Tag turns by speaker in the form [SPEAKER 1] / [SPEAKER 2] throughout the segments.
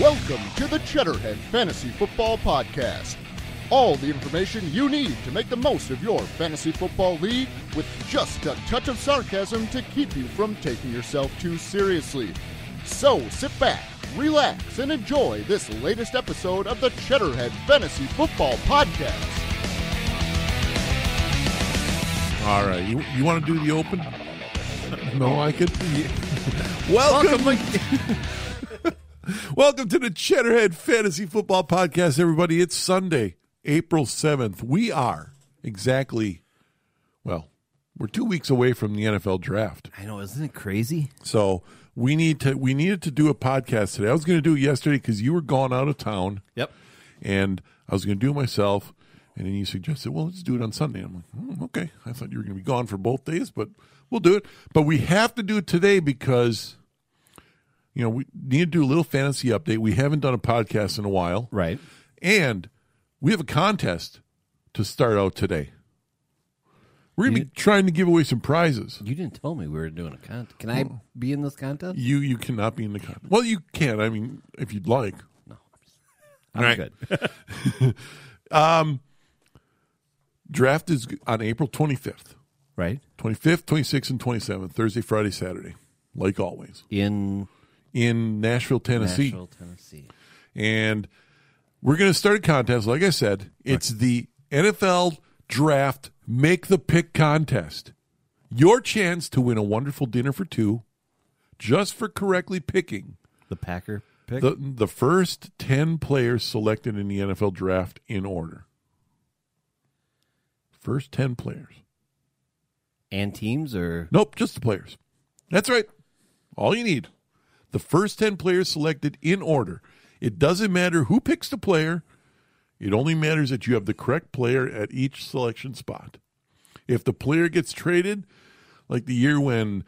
[SPEAKER 1] Welcome to the Cheddarhead Fantasy Football Podcast. All the information you need to make the most of your fantasy football league with just a touch of sarcasm to keep you from taking yourself too seriously. So sit back, relax, and enjoy this latest episode of the Cheddarhead Fantasy Football Podcast.
[SPEAKER 2] All right, you, you want to do the open? No, I could. Welcome, welcome to the Cheddarhead Fantasy Football Podcast, everybody. It's Sunday, April seventh. We are exactly, well, we're two weeks away from the NFL draft,
[SPEAKER 3] I know, isn't it crazy?
[SPEAKER 2] so we need to we needed to do a podcast today. I was going to do it yesterday because you were gone out of town,
[SPEAKER 3] Yep.
[SPEAKER 2] and I was going to do it myself. And then you suggested, well, let's do it on Sunday. I'm like, hmm, okay. I thought you were going to be gone for both days, but we'll do it. But we have to do it today because, you know, we need to do a little fantasy update. We haven't done a podcast in a while.
[SPEAKER 3] Right.
[SPEAKER 2] And we have a contest to start out today. We're going to be trying to give away some prizes.
[SPEAKER 3] You didn't tell me we were doing a contest. Can I be in this contest?
[SPEAKER 2] You you cannot be in the contest. Well, you can. I mean, if you'd like.
[SPEAKER 3] I'm
[SPEAKER 2] Right.
[SPEAKER 3] good.
[SPEAKER 2] Draft is on April 25th.
[SPEAKER 3] right.
[SPEAKER 2] 25th, 26th, and 27th, Thursday, Friday, Saturday, like always,
[SPEAKER 3] In
[SPEAKER 2] in Nashville, Tennessee.
[SPEAKER 3] Nashville, Tennessee.
[SPEAKER 2] And we're going to start a contest. Like I said, it's the NFL Draft Make the Pick contest. Your chance to win a wonderful dinner for two just for correctly picking
[SPEAKER 3] The Packer pick.
[SPEAKER 2] the, the first 10 players selected in the NFL Draft in order. First 10 players.
[SPEAKER 3] and teams or
[SPEAKER 2] Nope, just the players. That's right. All you need. The first 10 players selected in order. It doesn't matter who picks the player. It only matters that you have the correct player at each selection spot. If the player gets traded, like the year when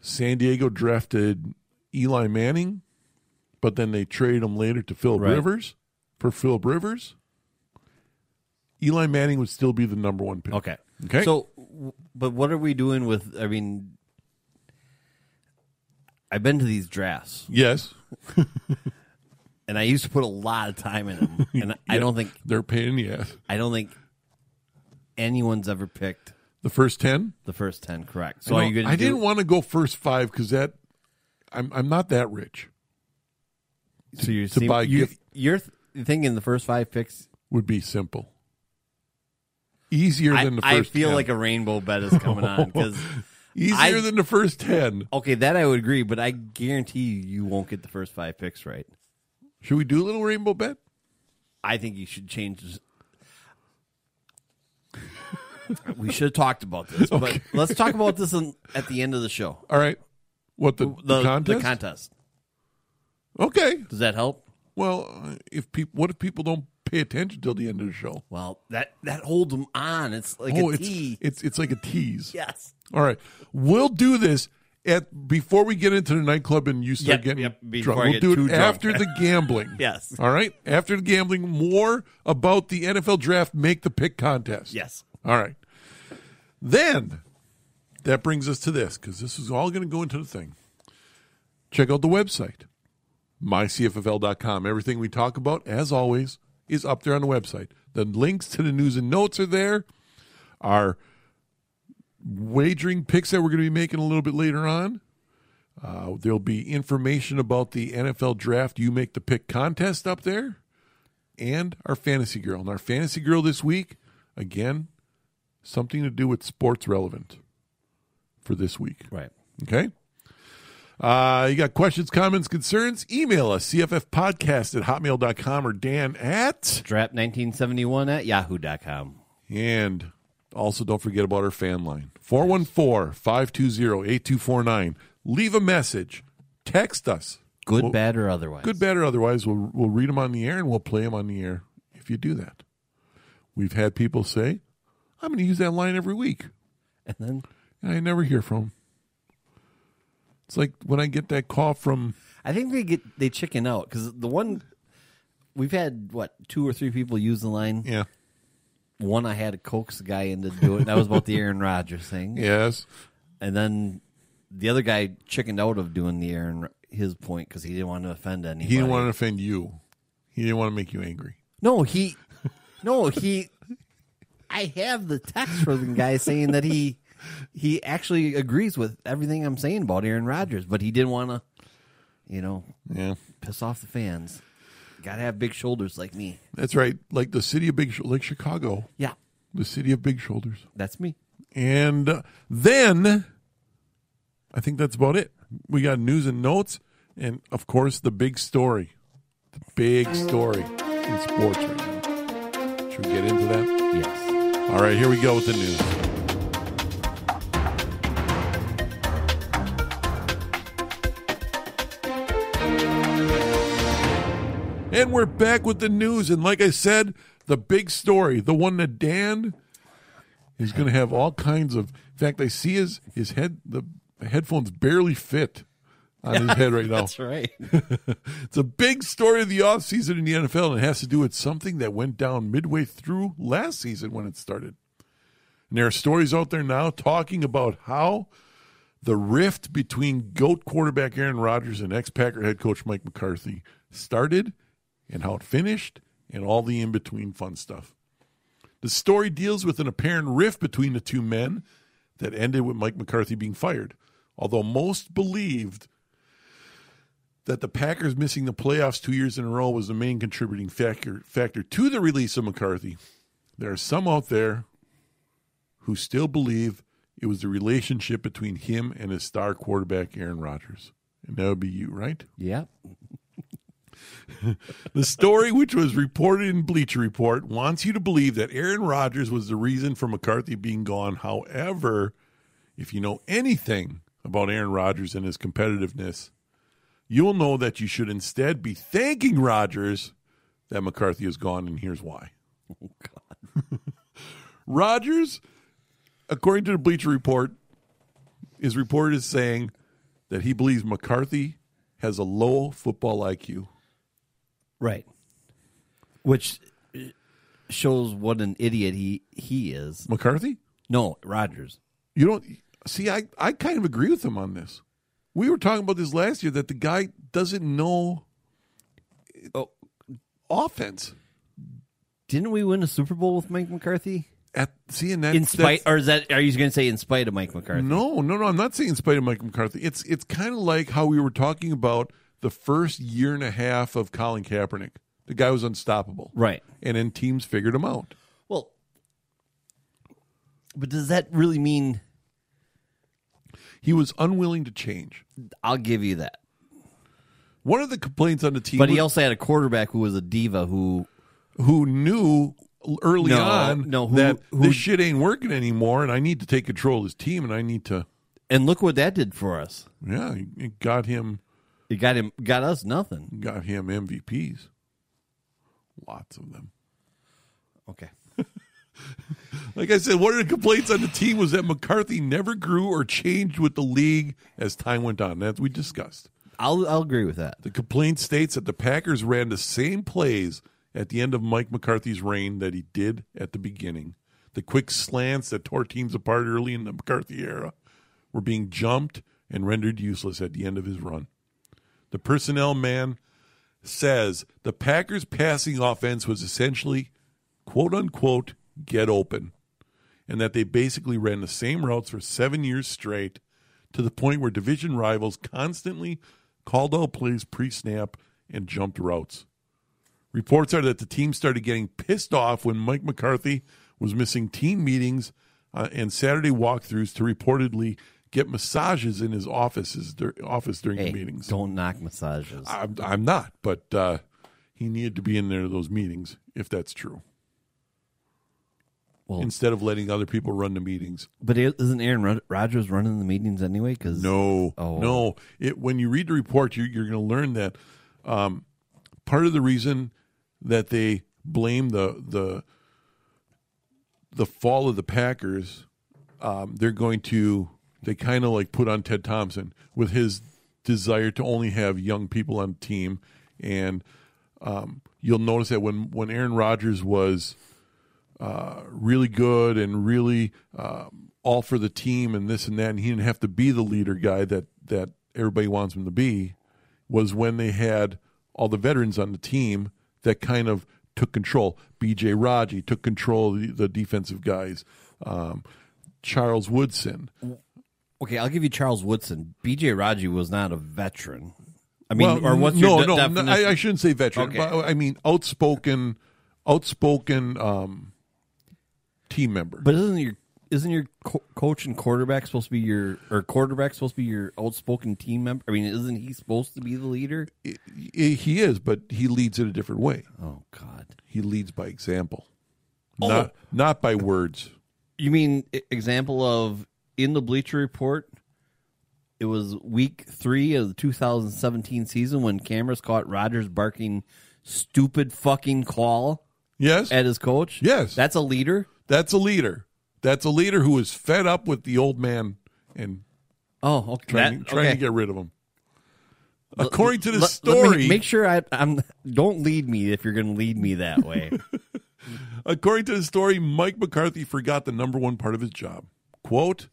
[SPEAKER 2] San Diego drafted Eli Manning, but then they traded him later to Philip
[SPEAKER 3] Right.
[SPEAKER 2] Rivers for Philip Rivers, Eli Manning would still be the number one pick.
[SPEAKER 3] Okay.
[SPEAKER 2] Okay.
[SPEAKER 3] So, w- but what are we doing with? I mean, I've been to these drafts,
[SPEAKER 2] Yes.
[SPEAKER 3] and I used to put a lot of time in them, and I don't think
[SPEAKER 2] They're a pain in the ass.
[SPEAKER 3] I don't think anyone's ever picked
[SPEAKER 2] The first 10?
[SPEAKER 3] the first ten correct. So
[SPEAKER 2] I
[SPEAKER 3] are
[SPEAKER 2] know-
[SPEAKER 3] you going
[SPEAKER 2] I
[SPEAKER 3] to?
[SPEAKER 2] didn't want to go first five because that I'm I'm not that rich.
[SPEAKER 3] so you're
[SPEAKER 2] to
[SPEAKER 3] seem-
[SPEAKER 2] buy
[SPEAKER 3] you,
[SPEAKER 2] gift-
[SPEAKER 3] You're th- thinking the first five picks
[SPEAKER 2] Would be simple, easier
[SPEAKER 3] I,
[SPEAKER 2] than the first.
[SPEAKER 3] I feel
[SPEAKER 2] 10.
[SPEAKER 3] like a rainbow bet is coming on because
[SPEAKER 2] easier
[SPEAKER 3] I-
[SPEAKER 2] than the first ten.
[SPEAKER 3] okay, that I would agree, but I guarantee you, you won't get the first five picks right.
[SPEAKER 2] Should we do a little rainbow bet?
[SPEAKER 3] I think you should change. This. we should have talked about this, but let's talk about this in, at the end of the show.
[SPEAKER 2] All right. What the, the, contest?
[SPEAKER 3] contest.
[SPEAKER 2] okay.
[SPEAKER 3] Does that help?
[SPEAKER 2] Well, if people, what if people don't pay attention till the end of the show?
[SPEAKER 3] Well, that that holds them on. It's like
[SPEAKER 2] oh,
[SPEAKER 3] a
[SPEAKER 2] it's
[SPEAKER 3] tee.
[SPEAKER 2] it's it's like a tease.
[SPEAKER 3] yes.
[SPEAKER 2] All right, we'll do this at before we get into the nightclub and you start
[SPEAKER 3] Yep,
[SPEAKER 2] getting
[SPEAKER 3] yep, before
[SPEAKER 2] drunk.
[SPEAKER 3] I
[SPEAKER 2] We'll
[SPEAKER 3] get
[SPEAKER 2] do it
[SPEAKER 3] too drunk.
[SPEAKER 2] after the gambling.
[SPEAKER 3] Yes.
[SPEAKER 2] All right. After the gambling, more about the NFL draft make the pick contest.
[SPEAKER 3] Yes.
[SPEAKER 2] All right. Then that brings us to this because this is all going to go into the thing. Check out the website, mycffl.com. Everything we talk about, as always, is up there on the website. The links to the news and notes are there. Our wagering picks that we're going to be making a little bit later on. Uh, there'll be information about the NFL draft. You make the pick contest up there, and our fantasy girl. And our fantasy girl this week, again, something to do with sports relevant for this week.
[SPEAKER 3] Right.
[SPEAKER 2] Okay. Uh, you got questions, comments, concerns? Email us, cffpodcast at hotmail.com or dan at.
[SPEAKER 3] Strap 1971 at yahoo.com.
[SPEAKER 2] And also, don't forget about our fan line 414 520 8249. Leave a message, text us.
[SPEAKER 3] Good, bad, or otherwise.
[SPEAKER 2] Good, bad, or otherwise, we'll, we'll read them on the air and we'll play them on the air if you do that. We've had people say, I'm going to use that line every week.
[SPEAKER 3] And then
[SPEAKER 2] and I never hear from 'em. It's like when I get that call from
[SPEAKER 3] I think they get they chicken out because the one we've had what two or three people use the line.
[SPEAKER 2] yeah
[SPEAKER 3] One I had to coax the guy into do it. That was about the Aaron Rodgers thing,
[SPEAKER 2] yes
[SPEAKER 3] and then the other guy chickened out of doing the Aaron his point because he didn't want to offend anybody.
[SPEAKER 2] He didn't want to offend you. He didn't want to make you angry.
[SPEAKER 3] No, he. No, he. I have the text from the guy saying that he he actually agrees with everything I'm saying about Aaron Rodgers, but he didn't want to, you know,
[SPEAKER 2] Yeah.
[SPEAKER 3] piss off the fans. Got to have big shoulders like me.
[SPEAKER 2] That's right. Like the city of Big Sh- like Chicago,
[SPEAKER 3] Yeah,
[SPEAKER 2] the city of big shoulders.
[SPEAKER 3] that's me.
[SPEAKER 2] And uh, then I think that's about it. We got news and notes and of course the big story. The big story in sports right now. Should we get into that?
[SPEAKER 3] Yes.
[SPEAKER 2] All right, here we go with the news. And we're back with the news. And like I said, the big story, the one that Dan is going to have all kinds of. In fact, I see his, his head, the headphones barely fit on his head right now.
[SPEAKER 3] That's right.
[SPEAKER 2] It's a big story of the offseason in the NFL, and it has to do with something that went down midway through last season when it started. And there are stories out there now talking about how the rift between GOAT quarterback Aaron Rodgers and ex Packer head coach Mike McCarthy started and how it finished and all the in between fun stuff. The story deals with an apparent rift between the two men that ended with Mike McCarthy being fired, although most believed that the Packers missing the playoffs two years in a row was the main contributing factor factor to the release of McCarthy. There are some out there who still believe it was the relationship between him and his star quarterback Aaron Rodgers. And that would be you, right?
[SPEAKER 3] Yeah.
[SPEAKER 2] The story, which was reported in Bleacher Report, wants you to believe that Aaron Rodgers was the reason for McCarthy being gone. However, if you know anything about Aaron Rodgers and his competitiveness, you'll know that you should instead be thanking Rodgers that McCarthy is gone, and here's why.
[SPEAKER 3] Oh God.
[SPEAKER 2] Rodgers, according to the Bleacher Report, is reported as saying that he believes McCarthy has a low football IQ.
[SPEAKER 3] Right. Which shows what an idiot he he is.
[SPEAKER 2] McCarthy?
[SPEAKER 3] No, Rodgers.
[SPEAKER 2] You don't see. I I kind of agree with him on this. We were talking about this last year that the guy doesn't know uh,
[SPEAKER 3] Oh,
[SPEAKER 2] offense.
[SPEAKER 3] didn't we win a Super Bowl with Mike McCarthy?
[SPEAKER 2] At seeing that
[SPEAKER 3] In
[SPEAKER 2] that's-
[SPEAKER 3] spite, or is that are you going to say in spite of Mike McCarthy?
[SPEAKER 2] No, no, no. I'm not saying in spite of Mike McCarthy. It's it's kind of like how we were talking about the first year and a half of Colin Kaepernick. The guy was unstoppable,
[SPEAKER 3] Right.
[SPEAKER 2] And then teams figured him out.
[SPEAKER 3] Well, but does that really mean?
[SPEAKER 2] He was unwilling to change.
[SPEAKER 3] I'll give you that.
[SPEAKER 2] One of the complaints on the team,
[SPEAKER 3] But he
[SPEAKER 2] was-
[SPEAKER 3] also had a quarterback who was a diva who
[SPEAKER 2] who knew early
[SPEAKER 3] No,
[SPEAKER 2] on
[SPEAKER 3] no, who-
[SPEAKER 2] that
[SPEAKER 3] who-
[SPEAKER 2] this shit ain't working anymore, and I need to take control of this team, and I need to.
[SPEAKER 3] and look what that did for us.
[SPEAKER 2] Yeah, it got him
[SPEAKER 3] It got him got us nothing.
[SPEAKER 2] got him MVPs. Lots of them.
[SPEAKER 3] Okay.
[SPEAKER 2] Like I said, one of the complaints on the team was that McCarthy never grew or changed with the league as time went on. That we discussed.
[SPEAKER 3] I'll I'll agree with that.
[SPEAKER 2] The complaint states that the Packers ran the same plays at the end of Mike McCarthy's reign that he did at the beginning. The quick slants that tore teams apart early in the McCarthy era were being jumped and rendered useless at the end of his run. The personnel man says the Packers' passing offense was essentially, quote unquote, get open, and that they basically ran the same routes for seven years straight to the point where division rivals constantly called out plays pre snap and jumped routes. Reports are that the team started getting pissed off when Mike McCarthy was missing team meetings uh, and Saturday walkthroughs to reportedly get massages in his offices dur- office during
[SPEAKER 3] Hey,
[SPEAKER 2] the meetings.
[SPEAKER 3] don't knock massages.
[SPEAKER 2] I'm, I'm not, but uh, he needed to be in there to those meetings if that's true.
[SPEAKER 3] Well-
[SPEAKER 2] Instead of letting other people run the meetings,
[SPEAKER 3] But isn't Aaron Rod- Rodgers running the meetings anyway? Because
[SPEAKER 2] no,
[SPEAKER 3] Oh.
[SPEAKER 2] no. It, when you read the report, you, you're going to learn that um, part of the reason that they blame the the the fall of the Packers, um, they're going to they kind of like put on Ted Thompson with his desire to only have young people on the team, and um, you'll notice that when when Aaron Rodgers was uh, really good and really um, all for the team and this and that, and he didn't have to be the leader guy that that everybody wants him to be, was when they had all the veterans on the team that kind of took control. B.J. Raji took control of the, the defensive guys. Um, Charles Woodson.
[SPEAKER 3] Okay, I'll give you Charles Woodson. B.J. Raji was not a veteran. I mean,
[SPEAKER 2] Well,
[SPEAKER 3] or what's
[SPEAKER 2] no,
[SPEAKER 3] your de-
[SPEAKER 2] no,
[SPEAKER 3] definition?
[SPEAKER 2] no, I, I shouldn't say veteran.
[SPEAKER 3] Okay.
[SPEAKER 2] But I mean outspoken, outspoken um, team member.
[SPEAKER 3] But isn't your isn't your co- coach and quarterback supposed to be your or quarterback supposed to be your outspoken team member? I mean, isn't he supposed to be the leader?
[SPEAKER 2] I- I- he is, but he leads in a different way.
[SPEAKER 3] Oh God!
[SPEAKER 2] He leads by example,
[SPEAKER 3] Oh.
[SPEAKER 2] not not by words.
[SPEAKER 3] You mean e- example of in the Bleacher Report? It was week three of the 2017 season when cameras caught Rogers barking "stupid fucking call"
[SPEAKER 2] Yes,
[SPEAKER 3] at his coach.
[SPEAKER 2] Yes.
[SPEAKER 3] that's a leader.
[SPEAKER 2] that's a leader. That's a leader who is fed up with the old man and
[SPEAKER 3] Oh, okay.
[SPEAKER 2] trying,
[SPEAKER 3] That-
[SPEAKER 2] trying
[SPEAKER 3] okay.
[SPEAKER 2] to get rid of him. According to the
[SPEAKER 3] Let- let me-
[SPEAKER 2] story,
[SPEAKER 3] make sure I, I'm. Don't lead me if you're going to lead me that way.
[SPEAKER 2] According to the story, Mike McCarthy forgot the number one part of his job. Quote,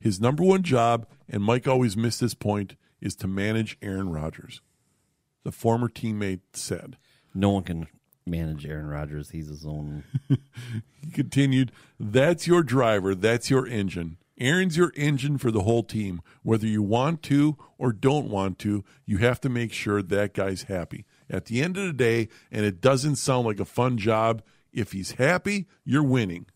[SPEAKER 2] his number one job, and Mike always missed this point, is to manage Aaron Rodgers. The former teammate said.
[SPEAKER 3] No one can manage Aaron Rodgers. He's his own.
[SPEAKER 2] He continued, That's your driver, that's your engine. Aaron's your engine for the whole team. Whether you want to or don't want to, you have to make sure that guy's happy. At the end of the day, and it doesn't sound like a fun job, if he's happy, you're winning.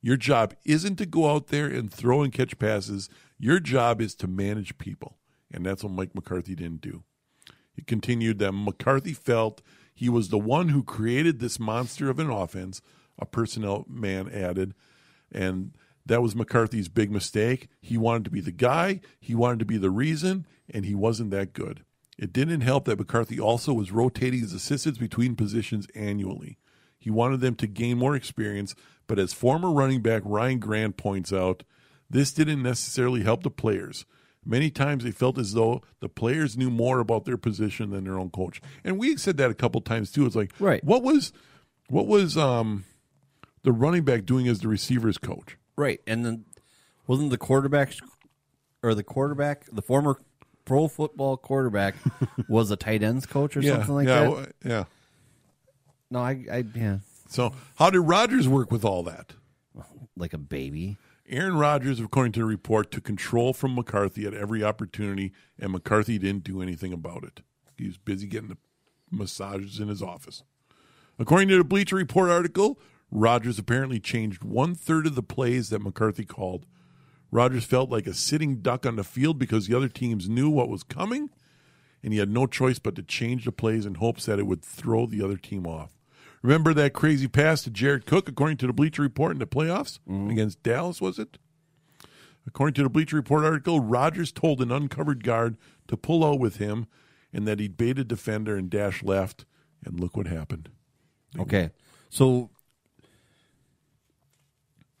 [SPEAKER 2] Your job isn't to go out there and throw and catch passes. Your job is to manage people. And that's what Mike McCarthy didn't do. He continued that McCarthy felt he was the one who created this monster of an offense, a personnel man added. And that was McCarthy's big mistake. He wanted to be the guy, he wanted to be the reason, and he wasn't that good. It didn't help that McCarthy also was rotating his assistants between positions annually. He wanted them to gain more experience, but as former running back Ryan Grant points out, this didn't necessarily help the players. Many times they felt as though the players knew more about their position than their own coach. And we said that a couple times too. It's like
[SPEAKER 3] Right.
[SPEAKER 2] what was what was um the running back doing as the receivers coach?
[SPEAKER 3] Right. And then wasn't the quarterback or the quarterback, the former pro football quarterback was a tight ends coach or something like
[SPEAKER 2] yeah,
[SPEAKER 3] that?
[SPEAKER 2] w- yeah.
[SPEAKER 3] No, I, I yeah,
[SPEAKER 2] So how did Rodgers work with all that?
[SPEAKER 3] like a baby.
[SPEAKER 2] Aaron Rodgers, according to the report, took control from McCarthy at every opportunity, and McCarthy didn't do anything about it. He was busy getting the massages in his office. According to the Bleacher Report article, Rodgers apparently changed one third of the plays that McCarthy called. Rodgers felt like a sitting duck on the field because the other teams knew what was coming, and he had no choice but to change the plays in hopes that it would throw the other team off. Remember that crazy pass to Jared Cook, according to the Bleacher Report in the playoffs
[SPEAKER 3] Mm-hmm.
[SPEAKER 2] against Dallas, was it? According to the Bleacher Report article, Rodgers told an uncovered guard to pull out with him and that he'd bait a defender and dash left, and look what happened.
[SPEAKER 3] Okay. So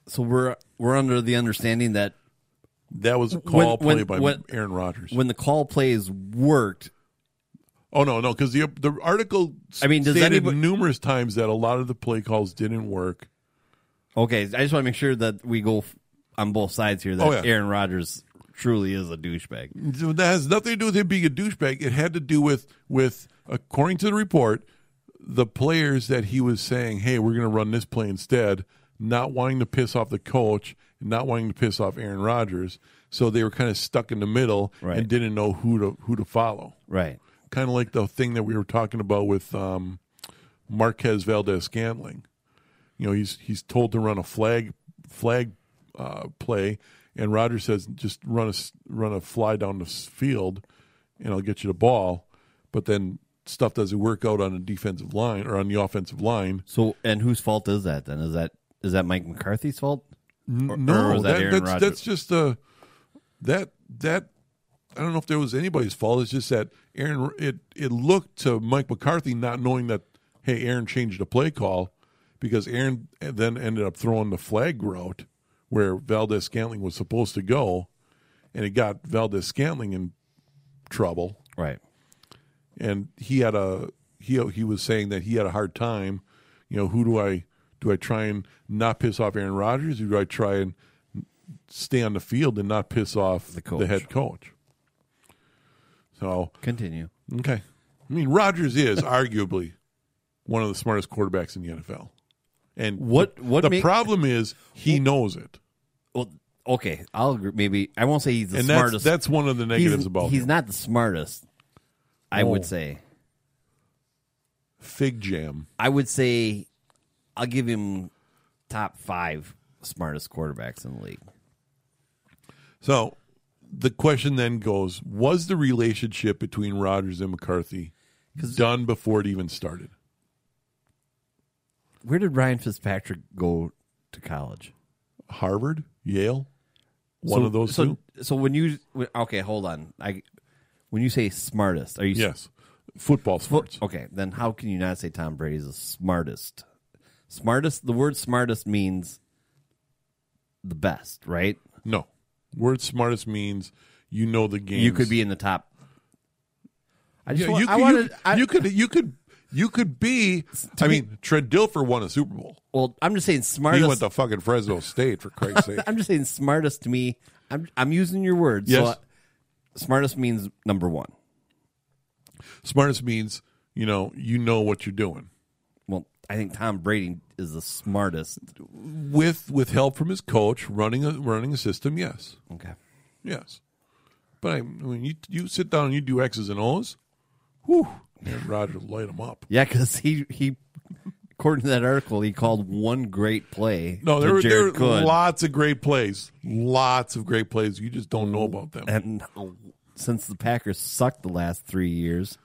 [SPEAKER 3] so we're we're under the understanding that
[SPEAKER 2] That was a call
[SPEAKER 3] When-
[SPEAKER 2] play
[SPEAKER 3] when-
[SPEAKER 2] by
[SPEAKER 3] when-
[SPEAKER 2] Aaron Rodgers.
[SPEAKER 3] when the call plays worked,
[SPEAKER 2] oh no, no, because the the article
[SPEAKER 3] I mean, does
[SPEAKER 2] stated
[SPEAKER 3] anybody-
[SPEAKER 2] numerous times that a lot of the play calls didn't work.
[SPEAKER 3] okay, I just want to make sure that we go f- on both sides here that
[SPEAKER 2] Oh, yeah.
[SPEAKER 3] Aaron Rodgers truly is a douchebag.
[SPEAKER 2] So That has nothing to do with him being a douchebag. It had to do with with according to the report, the players that he was saying, "Hey, we're going to run this play instead," not wanting to piss off the coach, not wanting to piss off Aaron Rodgers, so they were kind of stuck in the middle
[SPEAKER 3] Right.
[SPEAKER 2] and didn't know who to who to follow.
[SPEAKER 3] Right.
[SPEAKER 2] kind of like the thing that we were talking about with um, Marquez Valdez Scantling. You know, he's he's told to run a flag flag uh, play, and Rogers says just run a s- run a fly down the s- field, and I'll get you the ball. But then stuff doesn't work out on the defensive line or on the offensive line.
[SPEAKER 3] So, and whose fault is that then? Is that is that Mike McCarthy's fault? Or-
[SPEAKER 2] No,
[SPEAKER 3] or was that Aaron
[SPEAKER 2] that's
[SPEAKER 3] Rodgers?
[SPEAKER 2] that's just uh that that I don't know if there was anybody's fault. It's just that Aaron it it looked to Mike McCarthy not knowing that hey Aaron changed the play call because Aaron then ended up throwing the flag route where Valdez Scantling was supposed to go, and it got Valdez Scantling in trouble
[SPEAKER 3] right.
[SPEAKER 2] and he had a he he was saying that he had a hard time. You know, who do I Do I try and not piss off Aaron Rodgers? Or do I try and stay on the field and not piss off the,
[SPEAKER 3] coach.
[SPEAKER 2] head coach? So,
[SPEAKER 3] Continue.
[SPEAKER 2] okay. I mean, Rodgers is arguably one of the smartest quarterbacks in the NFL. And
[SPEAKER 3] What- what
[SPEAKER 2] the
[SPEAKER 3] make-
[SPEAKER 2] problem is he knows it.
[SPEAKER 3] Well, okay, I'll agree. Maybe I won't say he's the
[SPEAKER 2] And that's
[SPEAKER 3] smartest.
[SPEAKER 2] that's one of the
[SPEAKER 3] he's,
[SPEAKER 2] negatives about
[SPEAKER 3] he's
[SPEAKER 2] him.
[SPEAKER 3] not the smartest. I
[SPEAKER 2] No.
[SPEAKER 3] would say.
[SPEAKER 2] Fig jam.
[SPEAKER 3] I would say I'll give him top five smartest quarterbacks in the league.
[SPEAKER 2] So the question then goes: Was the relationship between Rodgers and McCarthy done before it even started?
[SPEAKER 3] Where did Ryan Fitzpatrick go to college?
[SPEAKER 2] Harvard, Yale, one
[SPEAKER 3] So-
[SPEAKER 2] of those
[SPEAKER 3] so,
[SPEAKER 2] two.
[SPEAKER 3] So when you when- okay, hold on. I when you say smartest, are you
[SPEAKER 2] Yes, football sports.
[SPEAKER 3] okay? Then how can you not say Tom Brady's the smartest? Smartest. The word smartest means the best, right?
[SPEAKER 2] No, word smartest means you know the game.
[SPEAKER 3] You could be in the top. I just
[SPEAKER 2] Yeah,
[SPEAKER 3] want,
[SPEAKER 2] you,
[SPEAKER 3] I
[SPEAKER 2] could-
[SPEAKER 3] wanted.
[SPEAKER 2] you,
[SPEAKER 3] I,
[SPEAKER 2] you could. You could. You could be. I mean, Trent Dilfer won a Super Bowl.
[SPEAKER 3] well, I'm just saying
[SPEAKER 2] He
[SPEAKER 3] smartest.
[SPEAKER 2] went to fucking Fresno State for Christ's sake.
[SPEAKER 3] I'm just saying smartest to me. I'm I'm using your words. So
[SPEAKER 2] Yes.
[SPEAKER 3] I- smartest means number one.
[SPEAKER 2] Smartest means you know you know what you're doing.
[SPEAKER 3] Well, I think Tom Brady is the smartest.
[SPEAKER 2] with with help from his coach running a running a system yes
[SPEAKER 3] Okay.
[SPEAKER 2] yes but I, I mean you you sit down and you do x's and o's whew and roger light him up
[SPEAKER 3] Yeah, because he he, according to that article, he called one great play.
[SPEAKER 2] no there
[SPEAKER 3] to
[SPEAKER 2] were, there were
[SPEAKER 3] Jared Cook.
[SPEAKER 2] lots of great plays lots of great plays you just don't know about them
[SPEAKER 3] and since the Packers sucked the last three years,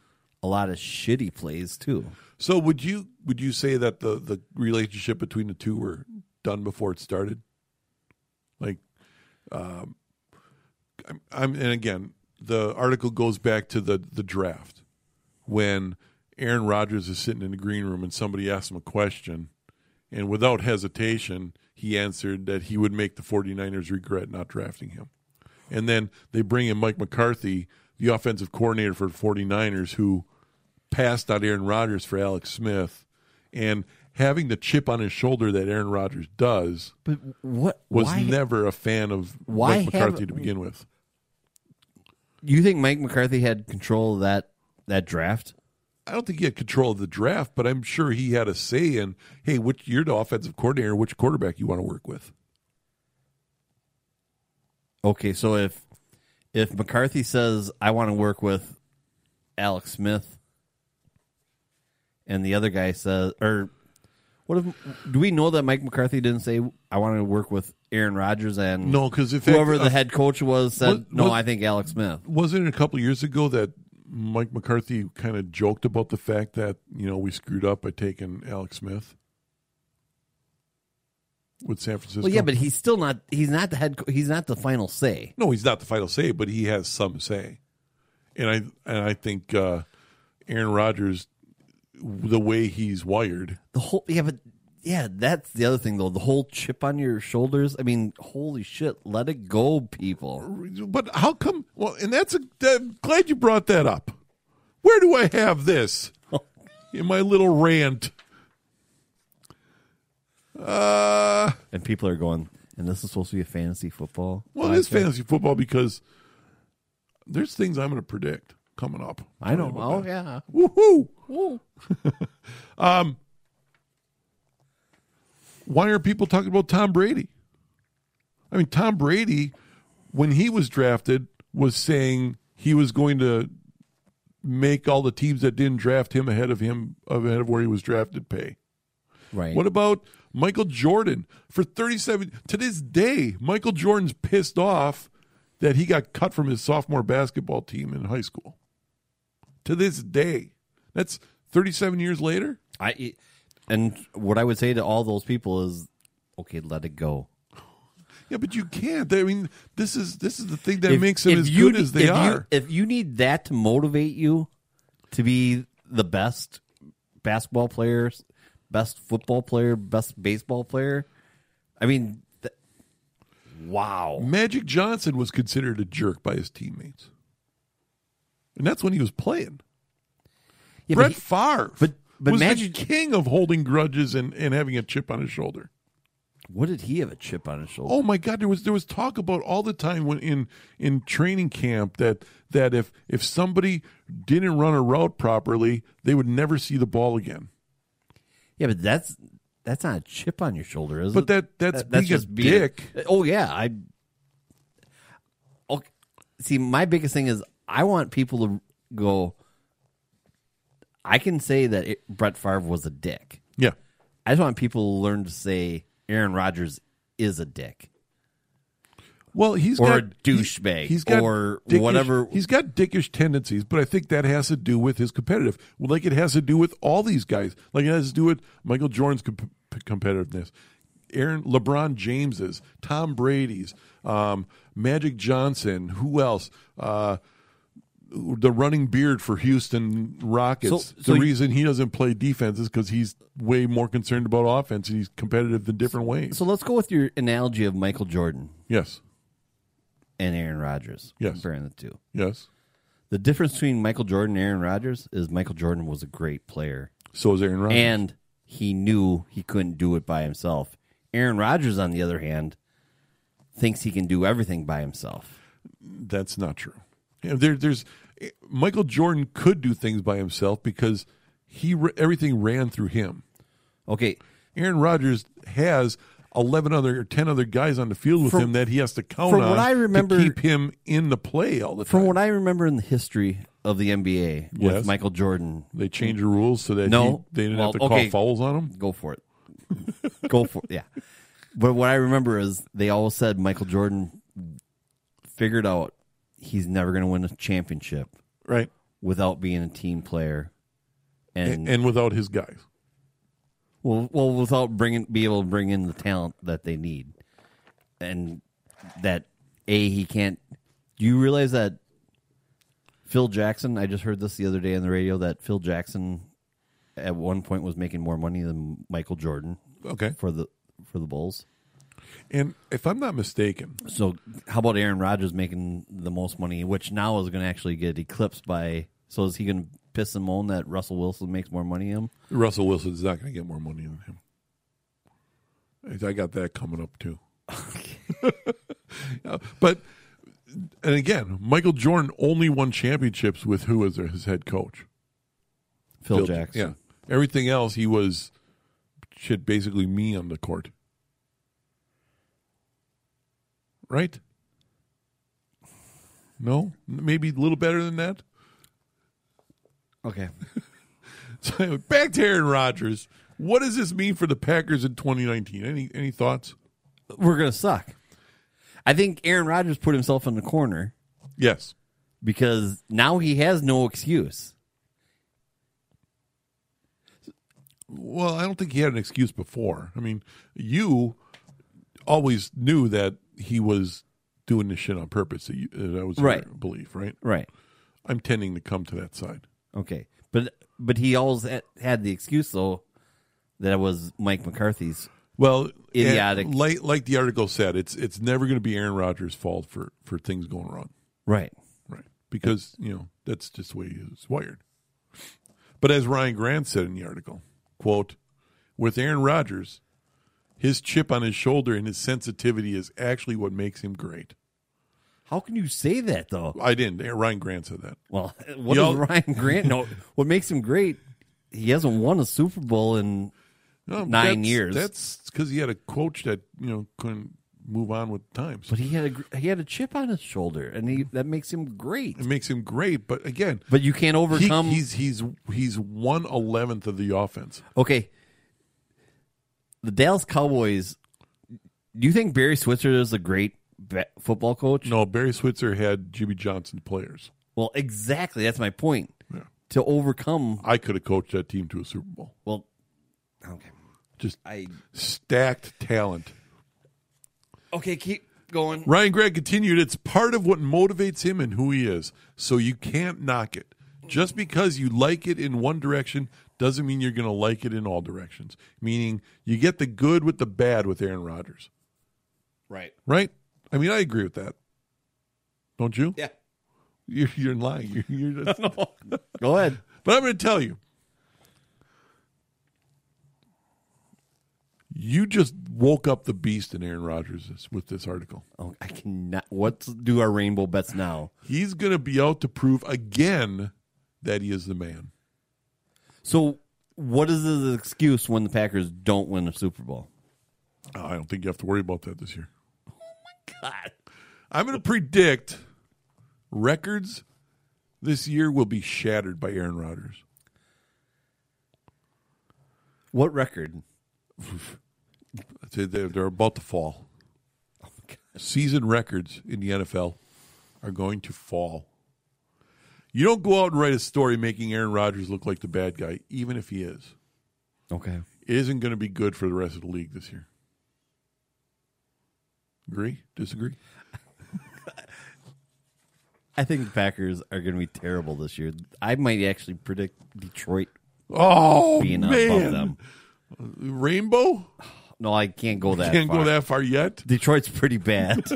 [SPEAKER 3] a lot of shitty plays too.
[SPEAKER 2] so would you would you say that the the relationship between the two were done before it started like um I'm, I'm and again the article goes back to the the draft when Aaron Rodgers is sitting in the green room and somebody asks him a question and without hesitation he answered that he would make the 49ers regret not drafting him and then they bring in Mike McCarthy the offensive coordinator for the 49ers who passed out Aaron Rodgers for Alex Smith and having the chip on his shoulder that Aaron Rodgers does
[SPEAKER 3] But what
[SPEAKER 2] was
[SPEAKER 3] why,
[SPEAKER 2] never a fan of
[SPEAKER 3] why
[SPEAKER 2] Mike McCarthy
[SPEAKER 3] have-
[SPEAKER 2] to begin with.
[SPEAKER 3] You think Mike McCarthy had control of that that draft?
[SPEAKER 2] I don't think he had control of the draft, but I'm sure he had a say in, hey, which you're the offensive coordinator, which quarterback you want to work with.
[SPEAKER 3] Okay, so if if McCarthy says I want to work with Alex Smith, and the other guy says, or what if do we know that Mike McCarthy didn't say I want to work with Aaron Rodgers and
[SPEAKER 2] No, because if
[SPEAKER 3] whoever the
[SPEAKER 2] uh,
[SPEAKER 3] head coach was said
[SPEAKER 2] Was-
[SPEAKER 3] no,
[SPEAKER 2] was-
[SPEAKER 3] I think Alex Smith.
[SPEAKER 2] wasn't it a couple years ago that Mike McCarthy kind of joked about the fact that you know we screwed up by taking Alex Smith with San Francisco.
[SPEAKER 3] Well, yeah, but he's still not. He's not the head. co- He's not the final say.
[SPEAKER 2] No, he's not the final say, but he has some say. And I and I think uh, Aaron Rodgers, the way he's wired,
[SPEAKER 3] The whole yeah, but yeah, that's the other thing though. The whole chip on your shoulders. I mean, holy shit, let it go, people.
[SPEAKER 2] but how come? Well, and that's a. I'm glad you brought that up. Where do I have this in my little rant? Uh,
[SPEAKER 3] And people are going. And this is supposed to be a fantasy football.
[SPEAKER 2] well, it is
[SPEAKER 3] podcast?
[SPEAKER 2] fantasy football because there's things I'm going to predict coming up.
[SPEAKER 3] I know. Oh yeah.
[SPEAKER 2] Woohoo! um, why are people talking about Tom Brady? I mean, Tom Brady, when he was drafted, was saying he was going to make all the teams that didn't draft him ahead of him ahead of where he was drafted pay.
[SPEAKER 3] Right.
[SPEAKER 2] What about Michael Jordan for 37 to this day Michael Jordan's pissed off that he got cut from his sophomore basketball team in high school. To this day. That's 37 years later.
[SPEAKER 3] I and what I would say to all those people is, okay, let it go.
[SPEAKER 2] Yeah, but you can't. I mean, this is this is the thing that
[SPEAKER 3] If-
[SPEAKER 2] makes them
[SPEAKER 3] if
[SPEAKER 2] as
[SPEAKER 3] you
[SPEAKER 2] good
[SPEAKER 3] ne-
[SPEAKER 2] as they
[SPEAKER 3] if
[SPEAKER 2] are.
[SPEAKER 3] You, if you need that to motivate you to be the best basketball player, best football player, best baseball player, I mean, th- wow.
[SPEAKER 2] Magic Johnson was considered a jerk by his teammates. And that's when he was playing.
[SPEAKER 3] Yeah,
[SPEAKER 2] Brett
[SPEAKER 3] but, he-
[SPEAKER 2] Favre
[SPEAKER 3] but But
[SPEAKER 2] was
[SPEAKER 3] imagine-
[SPEAKER 2] the king of holding grudges and, and having a chip on his shoulder.
[SPEAKER 3] What did he have a chip on his shoulder?
[SPEAKER 2] Oh my God! There was there was talk about all the time when in in training camp that that if if somebody didn't run a route properly, they would never see the ball again.
[SPEAKER 3] Yeah, but that's that's not a chip on your shoulder, is
[SPEAKER 2] But
[SPEAKER 3] it?
[SPEAKER 2] that- that's being a dick.
[SPEAKER 3] oh yeah, I. Okay. See, my biggest thing is I want people to go. I can say that it, Brett Favre was a dick.
[SPEAKER 2] Yeah,
[SPEAKER 3] I just want people to learn to say Aaron Rodgers is a dick
[SPEAKER 2] Well, he's
[SPEAKER 3] Or
[SPEAKER 2] got,
[SPEAKER 3] a douchebag,
[SPEAKER 2] He's got
[SPEAKER 3] or
[SPEAKER 2] dickish-
[SPEAKER 3] whatever-
[SPEAKER 2] He's got dickish tendencies, but I think that has to do with his competitive. Well, like it has to do with all these guys. Like it has to do with Michael Jordan's comp- competitiveness, Aaron LeBron James's, Tom Brady's, um, Magic Johnson. Who else? Uh, the running beard for Houston Rockets.
[SPEAKER 3] So- so
[SPEAKER 2] the
[SPEAKER 3] you-
[SPEAKER 2] reason he doesn't play defense is because he's way more concerned about offense and he's competitive in different ways.
[SPEAKER 3] So let's go with your analogy of Michael Jordan
[SPEAKER 2] yes.
[SPEAKER 3] and Aaron Rodgers.
[SPEAKER 2] Yes.
[SPEAKER 3] Comparing the two.
[SPEAKER 2] Yes.
[SPEAKER 3] The difference between Michael Jordan and Aaron Rodgers is Michael Jordan was a great player
[SPEAKER 2] So is Aaron Rodgers.
[SPEAKER 3] and he knew he couldn't do it by himself. Aaron Rodgers, on the other hand, thinks he can do everything by himself.
[SPEAKER 2] That's not true. You know, there, there's Michael Jordan could do things by himself because he everything ran through him.
[SPEAKER 3] Okay,
[SPEAKER 2] Aaron Rodgers has eleven other or ten other guys on the field with
[SPEAKER 3] From-
[SPEAKER 2] him that he has to count
[SPEAKER 3] from
[SPEAKER 2] on
[SPEAKER 3] what I remember-
[SPEAKER 2] to keep him in the play all the time.
[SPEAKER 3] from what I remember in the history of the NBA
[SPEAKER 2] Yes.
[SPEAKER 3] with Michael Jordan,
[SPEAKER 2] they changed the rules so that
[SPEAKER 3] No.
[SPEAKER 2] he- they didn't have to
[SPEAKER 3] Well, okay.
[SPEAKER 2] call fouls on him.
[SPEAKER 3] go for it. go for it. Yeah. But what I remember is they all said Michael Jordan figured out he's never going to win a championship
[SPEAKER 2] Right.
[SPEAKER 3] without being a team player.
[SPEAKER 2] And,
[SPEAKER 3] And,
[SPEAKER 2] and without his guys.
[SPEAKER 3] well, well, without bringing be able to bring in the talent that they need, and that a he can't. Do you realize that Phil Jackson? I just heard this the other day on the radio that Phil Jackson at one point was making more money than Michael Jordan
[SPEAKER 2] Okay.
[SPEAKER 3] for the for the Bulls.
[SPEAKER 2] And if I'm not mistaken,
[SPEAKER 3] So how about Aaron Rodgers making the most money, which now is going to actually get eclipsed by? So is he going to piss and moan that Russell Wilson makes more money than him?
[SPEAKER 2] Russell Wilson's not going to get more money than him. I got that coming up too. Uh, but and again, Michael Jordan only won championships with who was his head coach?
[SPEAKER 3] Phil, Jackson.
[SPEAKER 2] Yeah. Everything else, he was shit basically me on the court. Right? No, maybe a little better than that.
[SPEAKER 3] Okay.
[SPEAKER 2] So back to Aaron Rodgers. What does this mean for the Packers in 2019? Any any thoughts?
[SPEAKER 3] we're gonna suck. I think Aaron Rodgers put himself in the corner
[SPEAKER 2] Yes.
[SPEAKER 3] because now he has no excuse.
[SPEAKER 2] Well, I don't think he had an excuse before. I mean, you always knew that he was doing this shit on purpose. That, you, that was your
[SPEAKER 3] Right.
[SPEAKER 2] belief, right?
[SPEAKER 3] Right.
[SPEAKER 2] I'm tending to come to that side.
[SPEAKER 3] Okay. But but he always ha- had the excuse though that it was Mike McCarthy's.
[SPEAKER 2] Well,
[SPEAKER 3] Idiotic.
[SPEAKER 2] and Like like the article said, it's it's never going to be Aaron Rodgers' fault for for things going wrong.
[SPEAKER 3] Right.
[SPEAKER 2] Right. Because, you know, that's just the way it's wired. But as Ryan Grant said in the article, quote, with Aaron Rodgers, his chip on his shoulder and his sensitivity is actually what makes him great.
[SPEAKER 3] How can you say that though?
[SPEAKER 2] I didn't. Ryan Grant said that.
[SPEAKER 3] Well, what
[SPEAKER 2] Y'all-
[SPEAKER 3] does Ryan Grant know? What makes him great? He hasn't won a Super Bowl in
[SPEAKER 2] No,
[SPEAKER 3] Nine
[SPEAKER 2] that's-
[SPEAKER 3] years.
[SPEAKER 2] That's because he had a coach that, you know, couldn't move on with times.
[SPEAKER 3] but he had a gr- he had a chip on his shoulder and he that makes him great.
[SPEAKER 2] it makes him great, but again,
[SPEAKER 3] But you can't
[SPEAKER 2] he-
[SPEAKER 3] overcome
[SPEAKER 2] he's he's he's one eleventh of the offense.
[SPEAKER 3] Okay. The Dallas Cowboys. Do you think Barry Switzer is a great ba- football coach?
[SPEAKER 2] No, Barry Switzer had Jimmy Johnson players.
[SPEAKER 3] Well, exactly. That's my point.
[SPEAKER 2] Yeah.
[SPEAKER 3] To overcome.
[SPEAKER 2] I could have coached that team to a Super Bowl.
[SPEAKER 3] Well, okay.
[SPEAKER 2] Just
[SPEAKER 3] I
[SPEAKER 2] stacked talent.
[SPEAKER 3] okay. Keep going.
[SPEAKER 2] Ryan Gregg continued, it's part of what motivates him and who he is. So you can't knock it. Just because you like it in one direction doesn't mean you're going to like it in all directions. Meaning you get the good with the bad with Aaron Rodgers,
[SPEAKER 3] Right.
[SPEAKER 2] right? I mean, I agree with that. Don't you?
[SPEAKER 3] Yeah.
[SPEAKER 2] You're, you're lying. You're, you're just-
[SPEAKER 3] Go ahead.
[SPEAKER 2] But I'm going to tell you You just woke up the beast in Aaron Rodgers this- with this article.
[SPEAKER 3] Oh, I cannot. Let's do our rainbow bets now.
[SPEAKER 2] He's going to be out to prove again that he is the man.
[SPEAKER 3] So, what is the excuse when the Packers don't win a Super Bowl?
[SPEAKER 2] I don't think you have to worry about that this year.
[SPEAKER 3] God.
[SPEAKER 2] I'm going to predict records this year will be shattered by Aaron Rodgers.
[SPEAKER 3] What record?
[SPEAKER 2] I'd say They're, they're about to fall. Season records in the NFL are going to fall. You don't go out and write a story making Aaron Rodgers look like the bad guy, even if he is.
[SPEAKER 3] Okay.
[SPEAKER 2] It isn't going to be good for the rest of the league this year. Agree? Disagree?
[SPEAKER 3] I think the Packers are going to be terrible this year. I might actually predict Detroit
[SPEAKER 2] Oh
[SPEAKER 3] being above
[SPEAKER 2] man,
[SPEAKER 3] them.
[SPEAKER 2] rainbow
[SPEAKER 3] No, I can't go that.
[SPEAKER 2] can't
[SPEAKER 3] far.
[SPEAKER 2] go that far yet.
[SPEAKER 3] Detroit's pretty bad.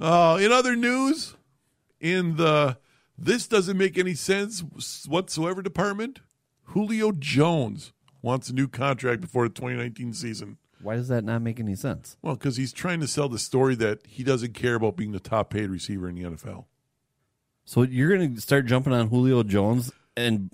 [SPEAKER 2] Uh, in other news, in the this doesn't make any sense whatsoever department, Julio Jones wants a new contract before the 2019 season.
[SPEAKER 3] Why does that not make any sense?
[SPEAKER 2] Well, because he's trying to sell the story that he doesn't care about being the top paid receiver in the NFL.
[SPEAKER 3] So you're going to start jumping on Julio Jones and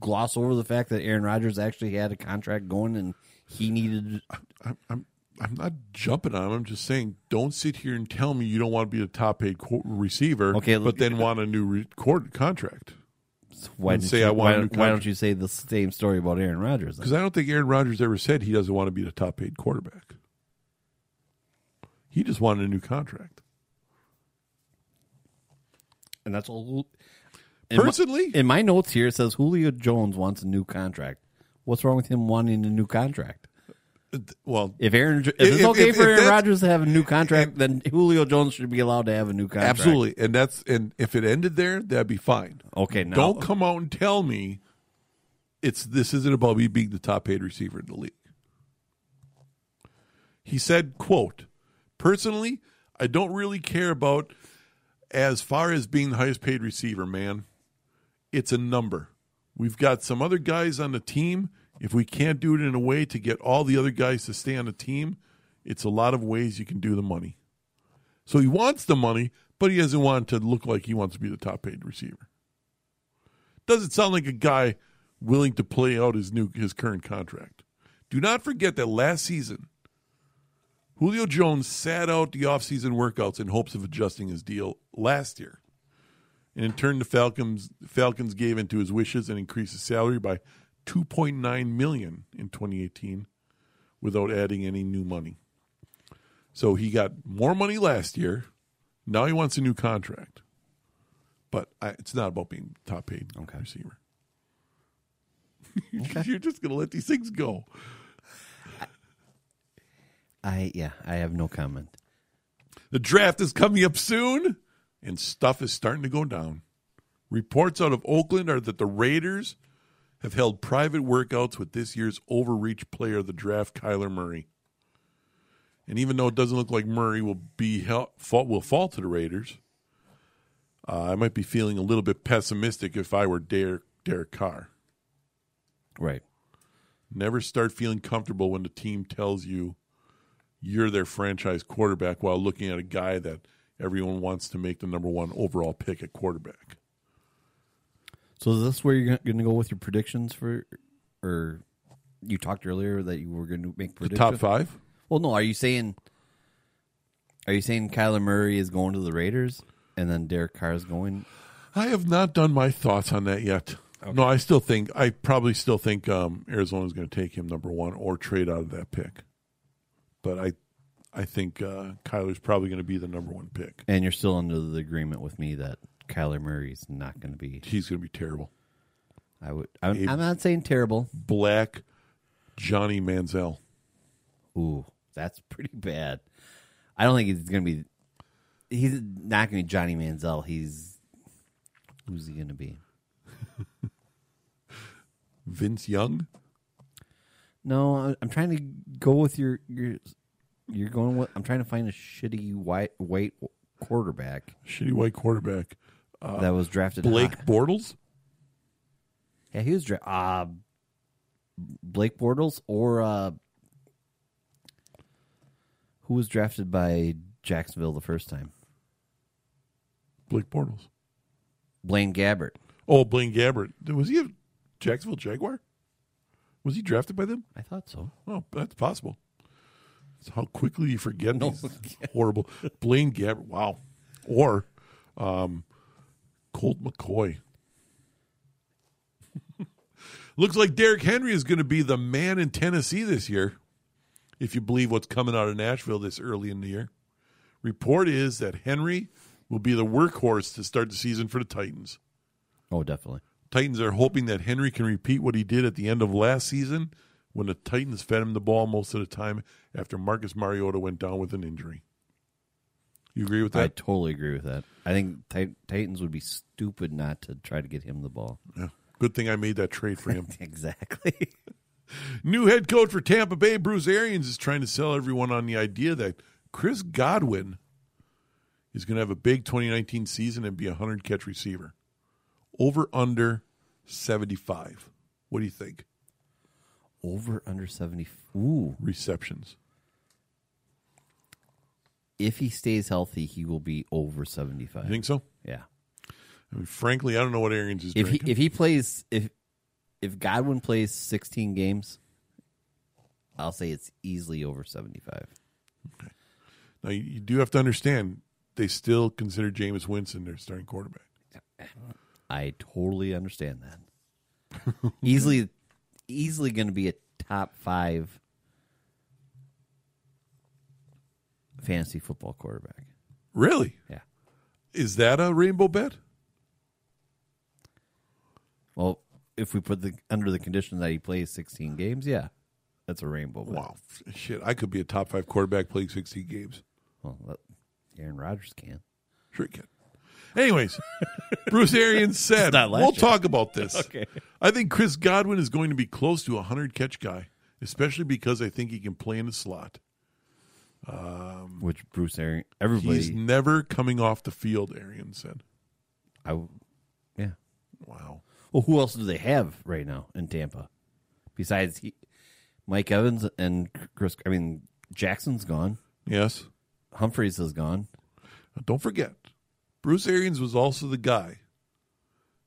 [SPEAKER 3] gloss over the fact that Aaron Rodgers actually had a contract going and he needed.
[SPEAKER 2] I'm, I'm, I'm not jumping on him. I'm just saying, don't sit here and tell me you don't want to be the top paid co- receiver,
[SPEAKER 3] Okay, look-
[SPEAKER 2] but then want a new re- court contract.
[SPEAKER 3] Why
[SPEAKER 2] Let's
[SPEAKER 3] didn't
[SPEAKER 2] say
[SPEAKER 3] you,
[SPEAKER 2] I want a
[SPEAKER 3] why,
[SPEAKER 2] new
[SPEAKER 3] why
[SPEAKER 2] contract.
[SPEAKER 3] don't you say the same story about Aaron Rodgers? then?
[SPEAKER 2] Because I don't think Aaron Rodgers ever said he doesn't want to be the top paid quarterback. He just wanted a new contract.
[SPEAKER 3] And that's all.
[SPEAKER 2] Personally?
[SPEAKER 3] in my notes here it says Julio Jones wants a new contract. What's wrong with him wanting a new contract?
[SPEAKER 2] uh, Well,
[SPEAKER 3] If Aaron, if, it's
[SPEAKER 2] if-
[SPEAKER 3] okay
[SPEAKER 2] if-
[SPEAKER 3] for
[SPEAKER 2] if
[SPEAKER 3] Aaron
[SPEAKER 2] that's-
[SPEAKER 3] Rodgers to have a new contract, then Julio Jones should be allowed to have a new contract.
[SPEAKER 2] absolutely, and that's and if it ended there, that'd be fine.
[SPEAKER 3] Okay, now
[SPEAKER 2] Don't come out and tell me it's this isn't about me being the top paid receiver in the league. He said, quote, personally, I don't really care about as far as being the highest paid receiver, man. It's a number. We've got some other guys on the team. If we can't do it in a way to get all the other guys to stay on the team, it's a lot of ways you can do the money. So he wants the money, but he doesn't want to look like he wants to be the top paid receiver doesn't sound like a guy willing to play out his new his current contract. Do not forget that last season, Julio Jones sat out the offseason workouts in hopes of adjusting his deal last year. And in turn, the Falcons Falcons gave into his wishes and increased his salary by 2.9 million in 2018 without adding any new money. So he got more money last year. Now he wants a new contract. But I, it's not about being top paid receiver. You're just going to let these things go.
[SPEAKER 3] I yeah, I have no comment.
[SPEAKER 2] The draft is coming up soon, and stuff is starting to go down. Reports out of Oakland are that the Raiders have held private workouts with this year's overreach player of the draft, Kyler Murray. And even though it doesn't look like Murray will be hel- fall, will fall to the Raiders, uh, I might be feeling a little bit pessimistic if I were Derek, Derek Carr.
[SPEAKER 3] Right.
[SPEAKER 2] Never start feeling comfortable when the team tells you you're their franchise quarterback while looking at a guy that everyone wants to make the number one overall pick at quarterback.
[SPEAKER 3] So is this where you're going to go with your predictions for, or you talked earlier that you were going to make
[SPEAKER 2] The
[SPEAKER 3] predictions?
[SPEAKER 2] top five?
[SPEAKER 3] Well, no. Are you saying? Are you saying Kyler Murray is going to the Raiders and then Derek Carr is going?
[SPEAKER 2] I have not done my thoughts on that yet. No, I still think I probably still think um, Arizona's going to take him number one or trade out of that pick. But I, I think uh, Kyler's probably going to be the number one pick.
[SPEAKER 3] And you're still under the agreement with me that Kyler Murray is not going to be.
[SPEAKER 2] He's going to be terrible.
[SPEAKER 3] I would. I'm, I'm not saying terrible.
[SPEAKER 2] Black Johnny Manziel.
[SPEAKER 3] Ooh, that's pretty bad. I don't think he's going to be. He's not going to be Johnny Manziel. He's who's he going to be?
[SPEAKER 2] Vince Young.
[SPEAKER 3] No, I- I'm trying to go with your your. You're going with. I'm trying to find a shitty white white quarterback
[SPEAKER 2] shitty white quarterback.
[SPEAKER 3] that was drafted.
[SPEAKER 2] Blake
[SPEAKER 3] high.
[SPEAKER 2] Bortles.
[SPEAKER 3] Yeah, he was dra- uh, Blake Bortles or uh, Who was drafted by Jacksonville the first time?
[SPEAKER 2] Blake Bortles.
[SPEAKER 3] Blaine Gabbert.
[SPEAKER 2] Oh, Blaine Gabbert. Was he a Jacksonville Jaguar? Was he drafted by them?
[SPEAKER 3] I thought so.
[SPEAKER 2] Oh, that's possible. That's how quickly you forget
[SPEAKER 3] No.
[SPEAKER 2] these horrible Blaine Gabbert. Wow, or um, Colt McCoy. Looks like Derrick Henry is going to be the man in Tennessee this year, if you believe what's coming out of Nashville this early in the year. Report is that Henry will be the workhorse to start the season for the Titans.
[SPEAKER 3] Oh, definitely.
[SPEAKER 2] Titans are hoping that Henry can repeat what he did at the end of last season when the Titans fed him the ball most of the time after Marcus Mariota went down with an injury. You agree with
[SPEAKER 3] I
[SPEAKER 2] that?
[SPEAKER 3] totally agree with that. I think Ti- Titans would be stupid not to try to get him the ball.
[SPEAKER 2] Yeah. Good thing I made that trade for him.
[SPEAKER 3] Exactly.
[SPEAKER 2] New head coach for Tampa Bay, Bruce Arians, is trying to sell everyone on the idea that Chris Godwin is going to have a big 2019 season and be a 100 catch receiver. Over under 75. What do you think?
[SPEAKER 3] Over under 70. Ooh.
[SPEAKER 2] Receptions.
[SPEAKER 3] If he stays healthy, he will be over 75.
[SPEAKER 2] You think so?
[SPEAKER 3] yeah.
[SPEAKER 2] I mean, frankly, I don't know what Arians is
[SPEAKER 3] If
[SPEAKER 2] drinking.
[SPEAKER 3] he if he plays if if Godwin plays 16 games, I'll say it's easily over 75.
[SPEAKER 2] Now you, you do have to understand they still consider Jameis Winston their starting quarterback.
[SPEAKER 3] I totally understand that. easily easily going to be a top 5 fantasy football quarterback.
[SPEAKER 2] Really?
[SPEAKER 3] Yeah.
[SPEAKER 2] Is that a rainbow bet?
[SPEAKER 3] Well, if we put the under the condition that he plays 16 games, yeah. That's a rainbow. bet.
[SPEAKER 2] Wow, f- shit! I could be a top five quarterback playing sixty games.
[SPEAKER 3] Well, that- Aaron Rodgers can.
[SPEAKER 2] Sure, kid. Anyways, Bruce Arians said,
[SPEAKER 3] not last
[SPEAKER 2] "We'll
[SPEAKER 3] year."
[SPEAKER 2] talk about this."
[SPEAKER 3] Okay.
[SPEAKER 2] I think Chris Godwin is going to be close to a hundred catch guy, especially because I think he can play in the slot.
[SPEAKER 3] Which Bruce Arian, everybody,
[SPEAKER 2] He's never coming off the field. Arians said,
[SPEAKER 3] I, w- yeah.
[SPEAKER 2] "Wow,
[SPEAKER 3] Well, who else do they have right now in Tampa besides he, Mike Evans and Chris? I mean, Jackson's gone.
[SPEAKER 2] yes."
[SPEAKER 3] Humphreys is gone.
[SPEAKER 2] Now, don't forget, Bruce Arians was also the guy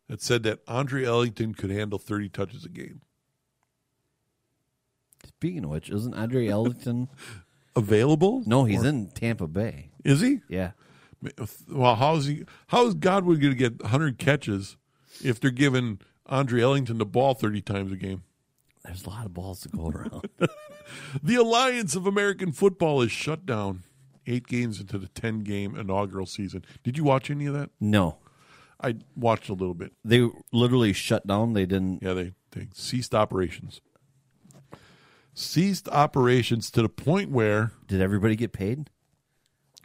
[SPEAKER 2] that said that Andre Ellington could handle 30 touches a game.
[SPEAKER 3] Speaking of which, isn't Andre Ellington?
[SPEAKER 2] Available?
[SPEAKER 3] No, he's in Tampa Bay.
[SPEAKER 2] Is he?
[SPEAKER 3] Yeah,
[SPEAKER 2] Well, how is he? How is Godwin going to get 100 catches if they're giving Andre Ellington the ball 30 times a game?
[SPEAKER 3] there's a lot of balls to go around.
[SPEAKER 2] The Alliance of American Football is shut down eight games into the 10 game inaugural season. Did you watch any of that?
[SPEAKER 3] no,
[SPEAKER 2] I watched a little bit.
[SPEAKER 3] they literally shut down. They didn't.
[SPEAKER 2] Yeah, they, they ceased operations. Ceased operations to the point where
[SPEAKER 3] Did everybody get paid?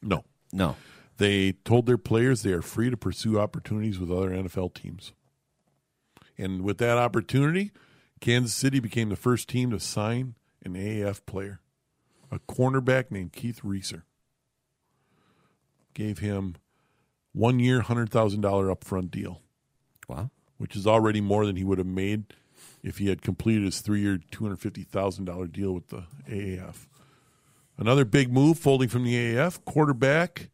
[SPEAKER 2] No.
[SPEAKER 3] No.
[SPEAKER 2] They told their players they are free to pursue opportunities with other NFL teams. And with that opportunity, Kansas City became the first team to sign an AAF player, a cornerback named Keith Reeser. Gave him one year, $100,000 upfront deal,
[SPEAKER 3] Wow.
[SPEAKER 2] which is already more than he would have made if he had completed his three year, $250,000 deal with the AAF. Another big move folding from the AAF. Quarterback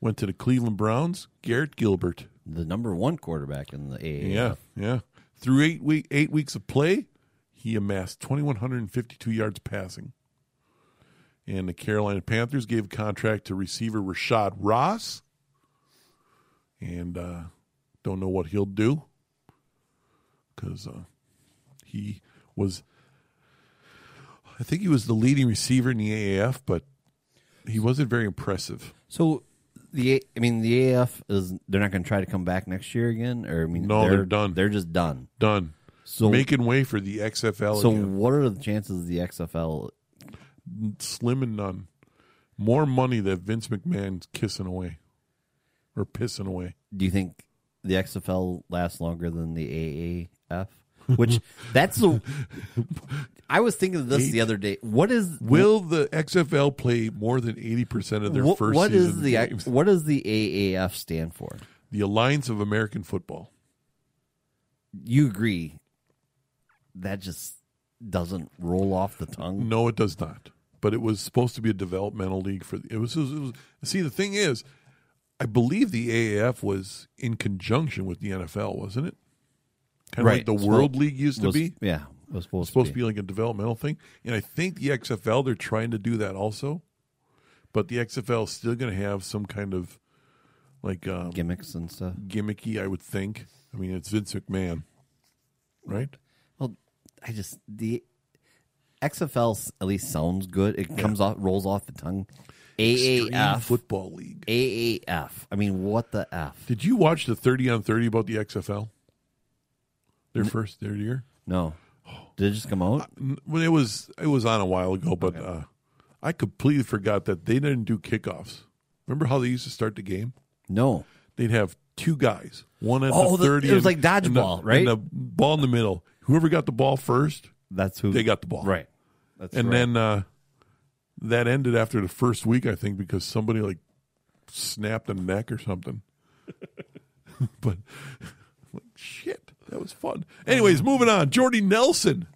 [SPEAKER 2] went to the Cleveland Browns, Garrett Gilbert.
[SPEAKER 3] The number one quarterback in the AAF.
[SPEAKER 2] Yeah, yeah. Through eight week eight weeks of play, he amassed twenty one hundred and fifty two yards passing. And the Carolina Panthers gave a contract to receiver Rashad Ross. And uh, don't know what he'll do because uh, he was, I think he was the leading receiver in the AAF, but he wasn't very impressive.
[SPEAKER 3] So the I mean the AF is they're not going to try to come back next year again or I mean
[SPEAKER 2] No, they're done.
[SPEAKER 3] They're just done.
[SPEAKER 2] Done.
[SPEAKER 3] So
[SPEAKER 2] Making way for the XFL.
[SPEAKER 3] so
[SPEAKER 2] again.
[SPEAKER 3] what are the chances the XFL
[SPEAKER 2] slim and none. More money that Vince McMahon's kissing away or pissing away.
[SPEAKER 3] do you think the XFL lasts longer than the AAF? Which that's the I was thinking of this the other day. What is
[SPEAKER 2] Will the XFL play more than 80% of their
[SPEAKER 3] what,
[SPEAKER 2] first
[SPEAKER 3] what
[SPEAKER 2] season
[SPEAKER 3] is the
[SPEAKER 2] games?
[SPEAKER 3] what does the AAF stand for?
[SPEAKER 2] The Alliance of American Football.
[SPEAKER 3] You agree that just doesn't roll off the tongue
[SPEAKER 2] No, it does not. but it was supposed to be a developmental league for it was, it was, it was see the thing is I believe the AAF was in conjunction with the NFL, wasn't it? Kind of like
[SPEAKER 3] Right.
[SPEAKER 2] the
[SPEAKER 3] So
[SPEAKER 2] World League used to
[SPEAKER 3] Was-
[SPEAKER 2] be.
[SPEAKER 3] Yeah, was supposed,
[SPEAKER 2] supposed
[SPEAKER 3] to
[SPEAKER 2] to
[SPEAKER 3] be.
[SPEAKER 2] be like a developmental thing. And I think the XFL they're trying to do that also, but the XFL is still going to have some kind of like um,
[SPEAKER 3] gimmicks and stuff.
[SPEAKER 2] gimmicky. I would think. I mean, it's Vince McMahon, right?
[SPEAKER 3] Well, I just the XFL s- at least sounds good. It comes off, rolls off the tongue.
[SPEAKER 2] Extreme
[SPEAKER 3] AAF,
[SPEAKER 2] Football League.
[SPEAKER 3] AAF. I mean, what the f?
[SPEAKER 2] Did you watch the thirty on thirty about the XFL? Their first their year.
[SPEAKER 3] No, did it just come out?
[SPEAKER 2] N- Well, it was it was on a while ago, but uh, I completely forgot that they didn't do kickoffs. Remember how they used to start the game?
[SPEAKER 3] No.
[SPEAKER 2] they'd have two guys, one at
[SPEAKER 3] Oh,
[SPEAKER 2] the
[SPEAKER 3] the-
[SPEAKER 2] thirty.
[SPEAKER 3] it
[SPEAKER 2] and-
[SPEAKER 3] was like dodgeball,
[SPEAKER 2] and the,
[SPEAKER 3] right?
[SPEAKER 2] And the ball in the middle. Whoever got the ball first,
[SPEAKER 3] That's who
[SPEAKER 2] they got the ball.
[SPEAKER 3] right. That's
[SPEAKER 2] And
[SPEAKER 3] right.
[SPEAKER 2] then uh, that ended after the first week, I think, because somebody like snapped a neck or something. but like, shit, that was fun. Anyways,
[SPEAKER 3] Mm-hmm.
[SPEAKER 2] moving on. Jordy Nelson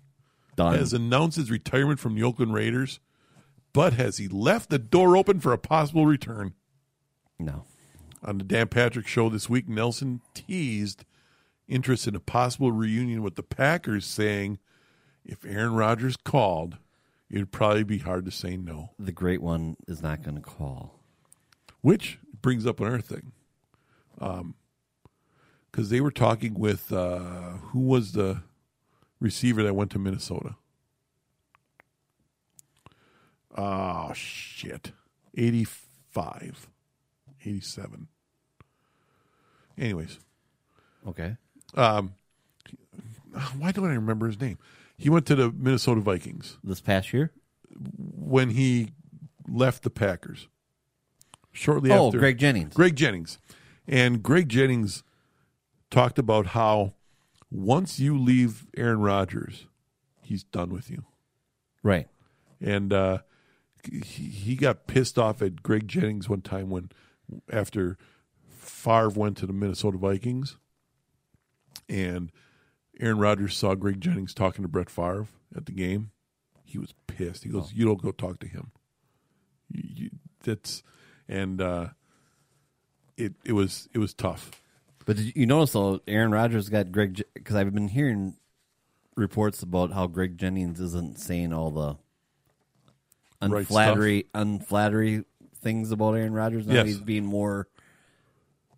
[SPEAKER 3] done.
[SPEAKER 2] has announced his retirement from the Oakland Raiders, but has he left the door open for a possible return?
[SPEAKER 3] no,
[SPEAKER 2] On the Dan Patrick show this week, Nelson teased interest in a possible reunion with the Packers, saying if Aaron Rodgers called, it'd probably be hard to say no.
[SPEAKER 3] the great one is not going to call.
[SPEAKER 2] Which brings up another thing. Because they were talking with uh, who was the receiver that went to Minnesota? Oh, shit. 85, 87. Anyways.
[SPEAKER 3] Okay.
[SPEAKER 2] um, why don't I remember his name? He went to the Minnesota Vikings
[SPEAKER 3] This past year.
[SPEAKER 2] when he left the Packers. Shortly
[SPEAKER 3] oh,
[SPEAKER 2] after,
[SPEAKER 3] Greg Jennings.
[SPEAKER 2] Greg Jennings, and Greg Jennings talked about how once you leave Aaron Rodgers, he's done with you,
[SPEAKER 3] Right.
[SPEAKER 2] and uh, he, he got pissed off at Greg Jennings one time when after Favre went to the Minnesota Vikings, and Aaron Rodgers saw Greg Jennings talking to Brett Favre at the game. He was pissed. He goes, "You don't go talk to him. You, you, that's and uh, it it was it was tough.
[SPEAKER 3] But did you- you notice though, Aaron Rodgers got Greg because I've been hearing reports about how Greg Jennings isn't saying all the
[SPEAKER 2] Right
[SPEAKER 3] unflattery, unflattery things about Aaron Rodgers. Now
[SPEAKER 2] Yes.
[SPEAKER 3] he's being more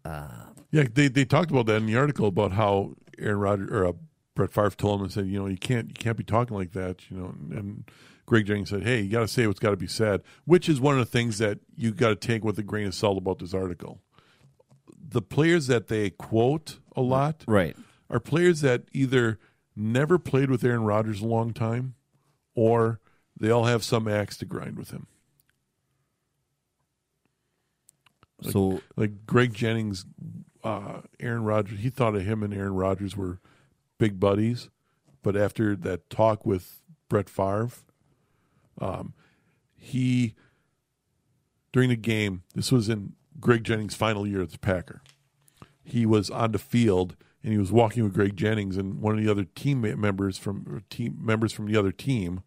[SPEAKER 2] Yeah, they they talked about that in the article about how Aaron Rodgers or uh, Brett Favre told him and said, you know, you can't you can't be talking like that, you know. And, and Greg Jennings said, hey, you got to say what's got to be said, which is one of the things that you got to take with a grain of salt about this article. The players that they quote a lot
[SPEAKER 3] right.
[SPEAKER 2] are players that either never played with Aaron Rodgers a long time, or they all have some axe to grind with him.
[SPEAKER 3] so
[SPEAKER 2] like Greg Jennings, uh, Aaron Rodgers. He thought of him and Aaron Rodgers were big buddies, but after that talk with Brett Favre, um, he during the game. This was in Greg Jennings' final year at the Packer. He was on the field and he was walking with Greg Jennings and one of the other team members from or team members from the other team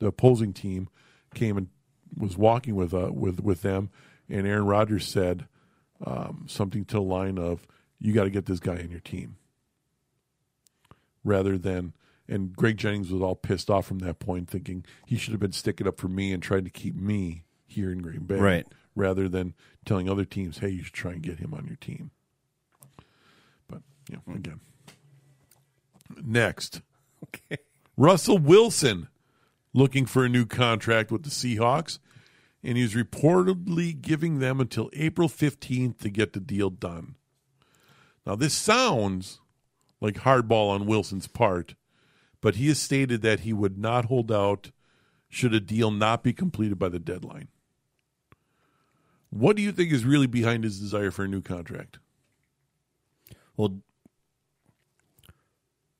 [SPEAKER 2] the opposing team came and was walking with uh, with with them, and Aaron Rodgers said um, something to the line of "You got to get this guy on your team," rather than. And Greg Jennings was all pissed off from that point, thinking he should have been sticking up for me and trying to keep me here in Green Bay,
[SPEAKER 3] Right.
[SPEAKER 2] Rather than telling other teams, "Hey, you should try and get him on your team." But you
[SPEAKER 3] Hmm.
[SPEAKER 2] know, again, next,
[SPEAKER 3] okay.
[SPEAKER 2] Russell Wilson looking for a new contract with the Seahawks, and he's reportedly giving them until April 15th to get the deal done. Now, this sounds like hardball on Wilson's part, but he has stated that he would not hold out should a deal not be completed by the deadline. What do you think is really behind his desire for a new contract?
[SPEAKER 3] well,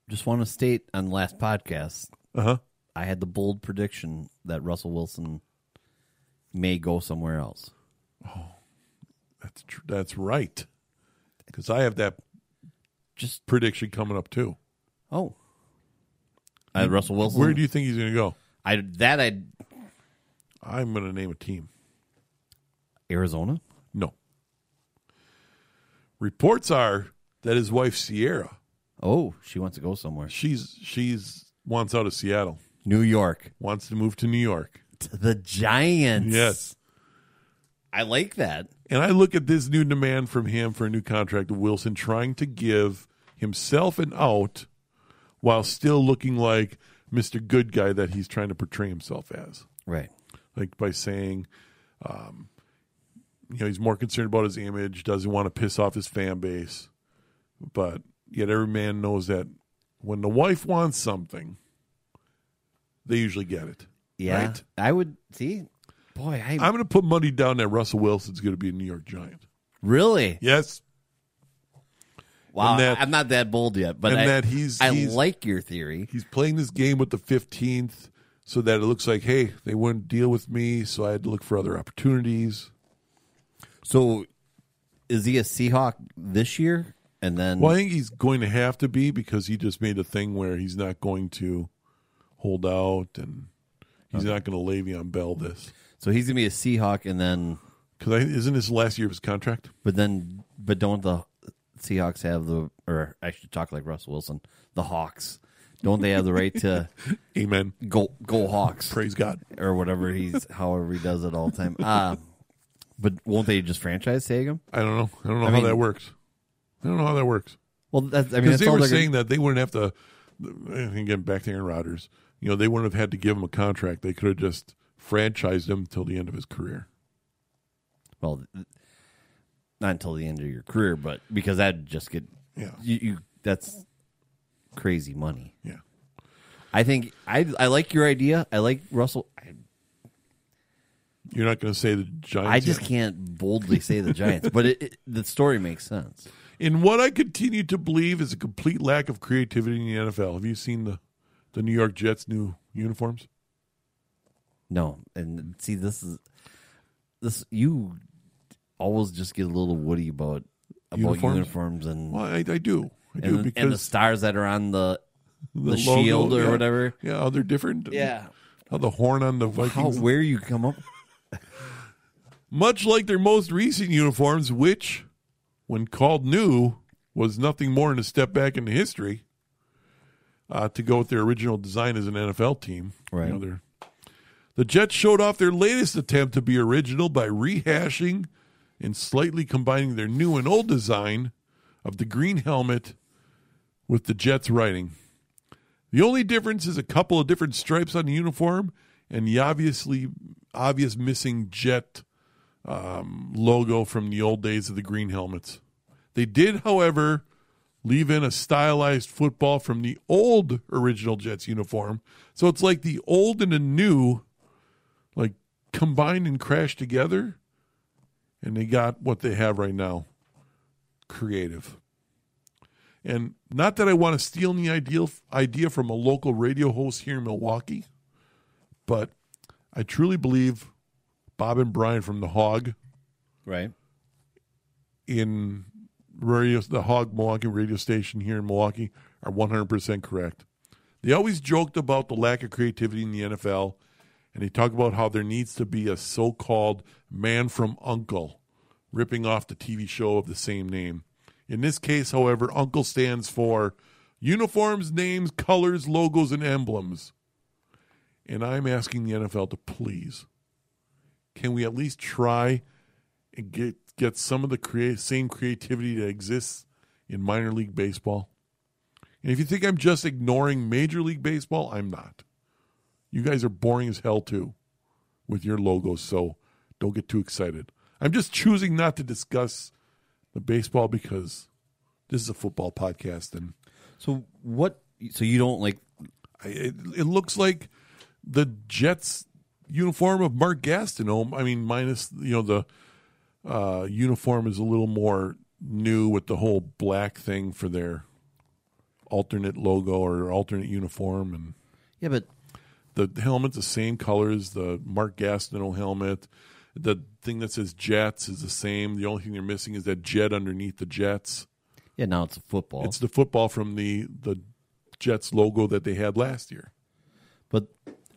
[SPEAKER 3] just want to state on the last podcast,
[SPEAKER 2] Uh huh.
[SPEAKER 3] I had the bold prediction that Russell Wilson may go somewhere else.
[SPEAKER 2] That's tr- that's right, because I have that
[SPEAKER 3] Just
[SPEAKER 2] prediction coming up too.
[SPEAKER 3] oh, I had Russell Wilson.
[SPEAKER 2] Where do you think he's going to go?
[SPEAKER 3] I that I
[SPEAKER 2] I'm going to name a team.
[SPEAKER 3] Arizona.
[SPEAKER 2] No. Reports are that his wife Sierra,
[SPEAKER 3] Oh, she wants to go somewhere.
[SPEAKER 2] she's she's wants out of Seattle,
[SPEAKER 3] New York.
[SPEAKER 2] wants to move to New York.
[SPEAKER 3] To the Giants.
[SPEAKER 2] Yes.
[SPEAKER 3] I like that.
[SPEAKER 2] And I look at this new demand from him for a new contract of Wilson trying to give himself an out while still looking like Mr. Good Guy that he's trying to portray himself as.
[SPEAKER 3] Right.
[SPEAKER 2] Like by saying, um, you know, he's more concerned about his image, doesn't want to piss off his fan base. But yet every man knows that when the wife wants something, they usually get it.
[SPEAKER 3] Yeah.
[SPEAKER 2] Right?
[SPEAKER 3] I would see. Boy, I
[SPEAKER 2] I'm going to put money down that Russell Wilson's going to be a New York Giant.
[SPEAKER 3] really
[SPEAKER 2] Yes.
[SPEAKER 3] wow.
[SPEAKER 2] and that-
[SPEAKER 3] I'm not that bold yet, but
[SPEAKER 2] and
[SPEAKER 3] I,
[SPEAKER 2] that he's-
[SPEAKER 3] I
[SPEAKER 2] he's-
[SPEAKER 3] like your theory.
[SPEAKER 2] he's playing this game with the 15th so that it looks like hey they wouldn't deal with me so i had to look for other opportunities
[SPEAKER 3] So, is he a Seahawk this year? And then
[SPEAKER 2] well i think he's going to have to be because he just made a thing where he's not going to hold out and he's not going to levy on bell this
[SPEAKER 3] so he's gonna be a Seahawk, and then
[SPEAKER 2] because isn't this the last year of his contract
[SPEAKER 3] but then but don't the Seahawks have the or I should talk like Russell Wilson, the Hawks? Don't they have the right to
[SPEAKER 2] amen
[SPEAKER 3] go go Hawks?
[SPEAKER 2] praise god
[SPEAKER 3] or whatever he's however he does it all the time. Uh, but won't they just franchise tag him?
[SPEAKER 2] i don't know i don't know how
[SPEAKER 3] mean-
[SPEAKER 2] that works i don't know how that works
[SPEAKER 3] Well, that's, I mean,
[SPEAKER 2] because
[SPEAKER 3] that's
[SPEAKER 2] they
[SPEAKER 3] all
[SPEAKER 2] were
[SPEAKER 3] they're
[SPEAKER 2] saying that they wouldn't have to and again back to aaron rodgers you know they wouldn't have had to give him a contract they could have just franchised him till the end of his career
[SPEAKER 3] Gonna, well, not until the end of your career, but because that'd just get
[SPEAKER 2] Yeah.
[SPEAKER 3] you, you that's crazy money.
[SPEAKER 2] Yeah.
[SPEAKER 3] I think I I like your idea. I like Russell. I,
[SPEAKER 2] You're not going to say the Giants.
[SPEAKER 3] I just
[SPEAKER 2] yet.
[SPEAKER 3] can't boldly say the Giants, but it, it, the story makes sense.
[SPEAKER 2] In what I continue to believe is a complete lack of creativity in the NFL. Have you seen the, the New York Jets' new uniforms?
[SPEAKER 3] No, and see, this is this you always just get a little woody about about
[SPEAKER 2] Uniforms?
[SPEAKER 3] uniforms, and
[SPEAKER 2] Well, I, I do. I do
[SPEAKER 3] and, the-
[SPEAKER 2] because
[SPEAKER 3] and the stars that are on the the,
[SPEAKER 2] the logo-
[SPEAKER 3] shield or
[SPEAKER 2] yeah.
[SPEAKER 3] whatever.
[SPEAKER 2] Yeah, how they're different. How the horn on the
[SPEAKER 3] How
[SPEAKER 2] Vikings.
[SPEAKER 3] where you come up?
[SPEAKER 2] Much like their most recent uniforms, which, when called new, was nothing more than a step back into history uh, to go with their original design as an NFL team.
[SPEAKER 3] Right.
[SPEAKER 2] they're- the Jets showed off their latest attempt to be original by rehashing and slightly combining their new and old design of the green helmet with the Jets writing. The only difference is a couple of different stripes on the uniform and the obviously obvious missing Jet um, logo from the old days of the green helmets. They did, however, leave in a stylized football from the old original Jets uniform. So it's like the old and the new, like combined and crashed together, and they got what they have right now creative. And not that I want to steal any ideal idea from a local radio host here in Milwaukee, but I truly believe Bob and Brian from The Hog
[SPEAKER 3] Right.
[SPEAKER 2] in radio, the Hog Milwaukee radio station here in Milwaukee are 100% correct. They always joked about the lack of creativity in the NFL, and they talk about how there needs to be a so called man from Uncle, ripping off the TV show of the same name. In this case, however, Uncle stands for uniforms, names, colors, logos, and emblems. And I'm asking the NFL to please, can we at least try and get get some of the crea- same creativity that exists in minor league baseball. And if you think I'm just ignoring major league baseball, I'm not. You guys are boring as hell too with your logos, so don't get too excited. I'm just choosing not to discuss the baseball because this is a football podcast and
[SPEAKER 3] So what? So you don't like?
[SPEAKER 2] I, it, it looks like the Jets uniform of Mark Gaston. Oh, I mean, minus you know the uh, uniform is a little more new with the whole black thing for their alternate logo or alternate uniform, and
[SPEAKER 3] Yeah, but
[SPEAKER 2] the helmet's the same color as the Mark Gastineau helmet. The thing that says Jets is the same. The only thing they're missing is that jet underneath the Jets.
[SPEAKER 3] yeah, now it's a football.
[SPEAKER 2] It's the football from the the Jets logo that they had last year.
[SPEAKER 3] but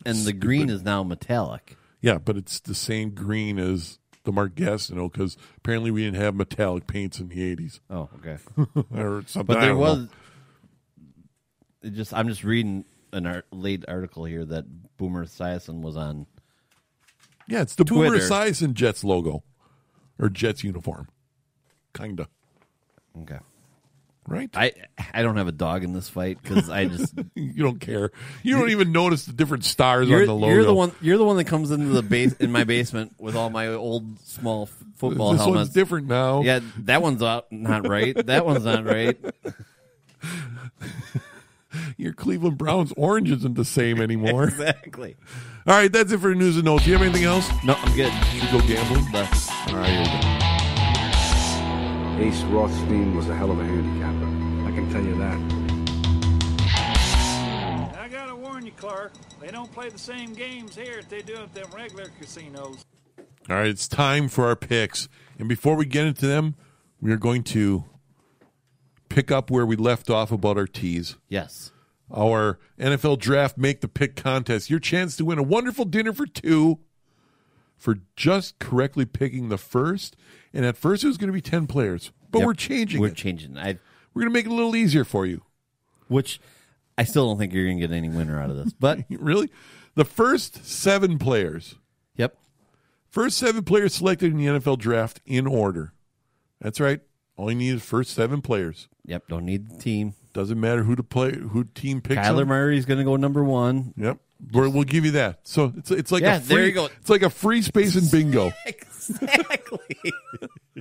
[SPEAKER 3] and the green is now metallic.
[SPEAKER 2] Yeah, but it's the same green as the Mark Gastineau because apparently we didn't have metallic paints in the 80s
[SPEAKER 3] Oh, okay.
[SPEAKER 2] or something.
[SPEAKER 3] But
[SPEAKER 2] I
[SPEAKER 3] there
[SPEAKER 2] don't
[SPEAKER 3] was
[SPEAKER 2] know.
[SPEAKER 3] it just I'm just reading an art, late article here that Boomer Esiason was on.
[SPEAKER 2] Yeah, it's the Boomer
[SPEAKER 3] Twitter.
[SPEAKER 2] Esiason Jets logo or Jets uniform. Kind of.
[SPEAKER 3] Okay.
[SPEAKER 2] Right?
[SPEAKER 3] I I don't have a dog in this fight because I just
[SPEAKER 2] you don't care. You don't even notice the different stars
[SPEAKER 3] you're,
[SPEAKER 2] on the logo.
[SPEAKER 3] you're the one you're the one that comes into the base in my basement with all my old small f- football
[SPEAKER 2] This one's
[SPEAKER 3] helmets.
[SPEAKER 2] different now.
[SPEAKER 3] Yeah, that one's out, not right. That one's not right.
[SPEAKER 2] Your Cleveland Browns orange isn't the same anymore.
[SPEAKER 3] Exactly.
[SPEAKER 2] All right, that's it for news and notes. Do you have anything else?
[SPEAKER 3] No, I'm good.
[SPEAKER 2] Should we go gambling?
[SPEAKER 3] The-
[SPEAKER 2] All right, here we go.
[SPEAKER 4] Ace Rothstein was a hell of a handicapper. I can tell you that.
[SPEAKER 5] I gotta warn you, Clark, they don't play the same games here that they do at them regular casinos.
[SPEAKER 2] All right, it's time for our picks. And before we get into them, we are going to pick up where we left off about our teas.
[SPEAKER 3] yes.
[SPEAKER 2] Our NFL draft make the pick contest. Your chance to win a wonderful dinner for two for just correctly picking the first. And at first, it was going to be 10 players, but
[SPEAKER 3] Yep.
[SPEAKER 2] we're changing
[SPEAKER 3] We're
[SPEAKER 2] it.
[SPEAKER 3] changing. I
[SPEAKER 2] we're going to make it a little easier for you.
[SPEAKER 3] which I still don't think you're gonna get any winner out of this. But
[SPEAKER 2] Really? The first seven players
[SPEAKER 3] yep.
[SPEAKER 2] First seven players selected in the NFL draft in order. That's right. All you need is first seven players.
[SPEAKER 3] Yep. Don't need the team.
[SPEAKER 2] Doesn't matter who to play, who team picks.
[SPEAKER 3] Kyler
[SPEAKER 2] them.
[SPEAKER 3] Murray's going to go number one.
[SPEAKER 2] Yep, We're, we'll give you that. So it's it's like
[SPEAKER 3] Yeah,
[SPEAKER 2] a free,
[SPEAKER 3] there you go.
[SPEAKER 2] It's like a free space in bingo.
[SPEAKER 3] Exactly.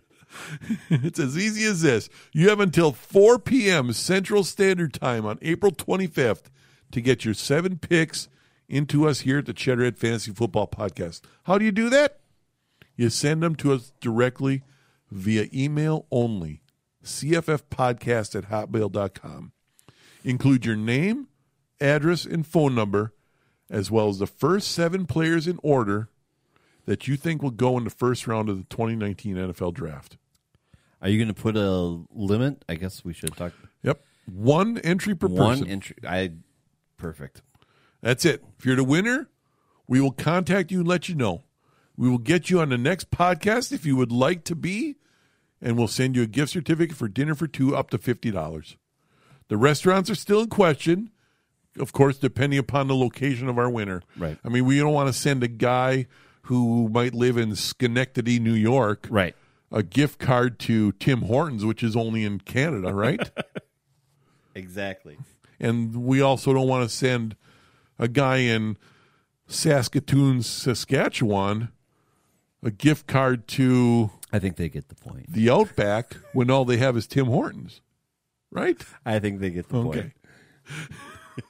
[SPEAKER 2] it's as easy as this. You have until four p.m. Central Standard Time on April twenty fifth to get your seven picks into us here at the Cheddarhead Fantasy Football Podcast. How do you do that? You send them to us directly via email only. CFFpodcast at hotmail.com. Include your name, address, and phone number, as well as the first seven players in order that you think will go in the first round of the 2019 NFL Draft.
[SPEAKER 3] Are you going to put a limit? I guess we should talk
[SPEAKER 2] Yep. One entry per
[SPEAKER 3] one
[SPEAKER 2] person.
[SPEAKER 3] entry. I perfect.
[SPEAKER 2] That's it. If you're the winner, we will contact you and let you know. We will get you on the next podcast if you would like to be, and we'll send you a gift certificate for dinner for two up to $50. The restaurants are still in question, of course, depending upon the location of our winner.
[SPEAKER 3] Right.
[SPEAKER 2] I mean, we don't want to send a guy who might live in Schenectady, New York,
[SPEAKER 3] Right.
[SPEAKER 2] a gift card to Tim Hortons, which is only in Canada, right?
[SPEAKER 3] Exactly.
[SPEAKER 2] and we also don't want to send a guy in Saskatoon, Saskatchewan, a gift card to
[SPEAKER 3] I think they get the point.
[SPEAKER 2] the Outback when all they have is Tim Hortons, right?
[SPEAKER 3] I think they get the
[SPEAKER 2] Okay.
[SPEAKER 3] point.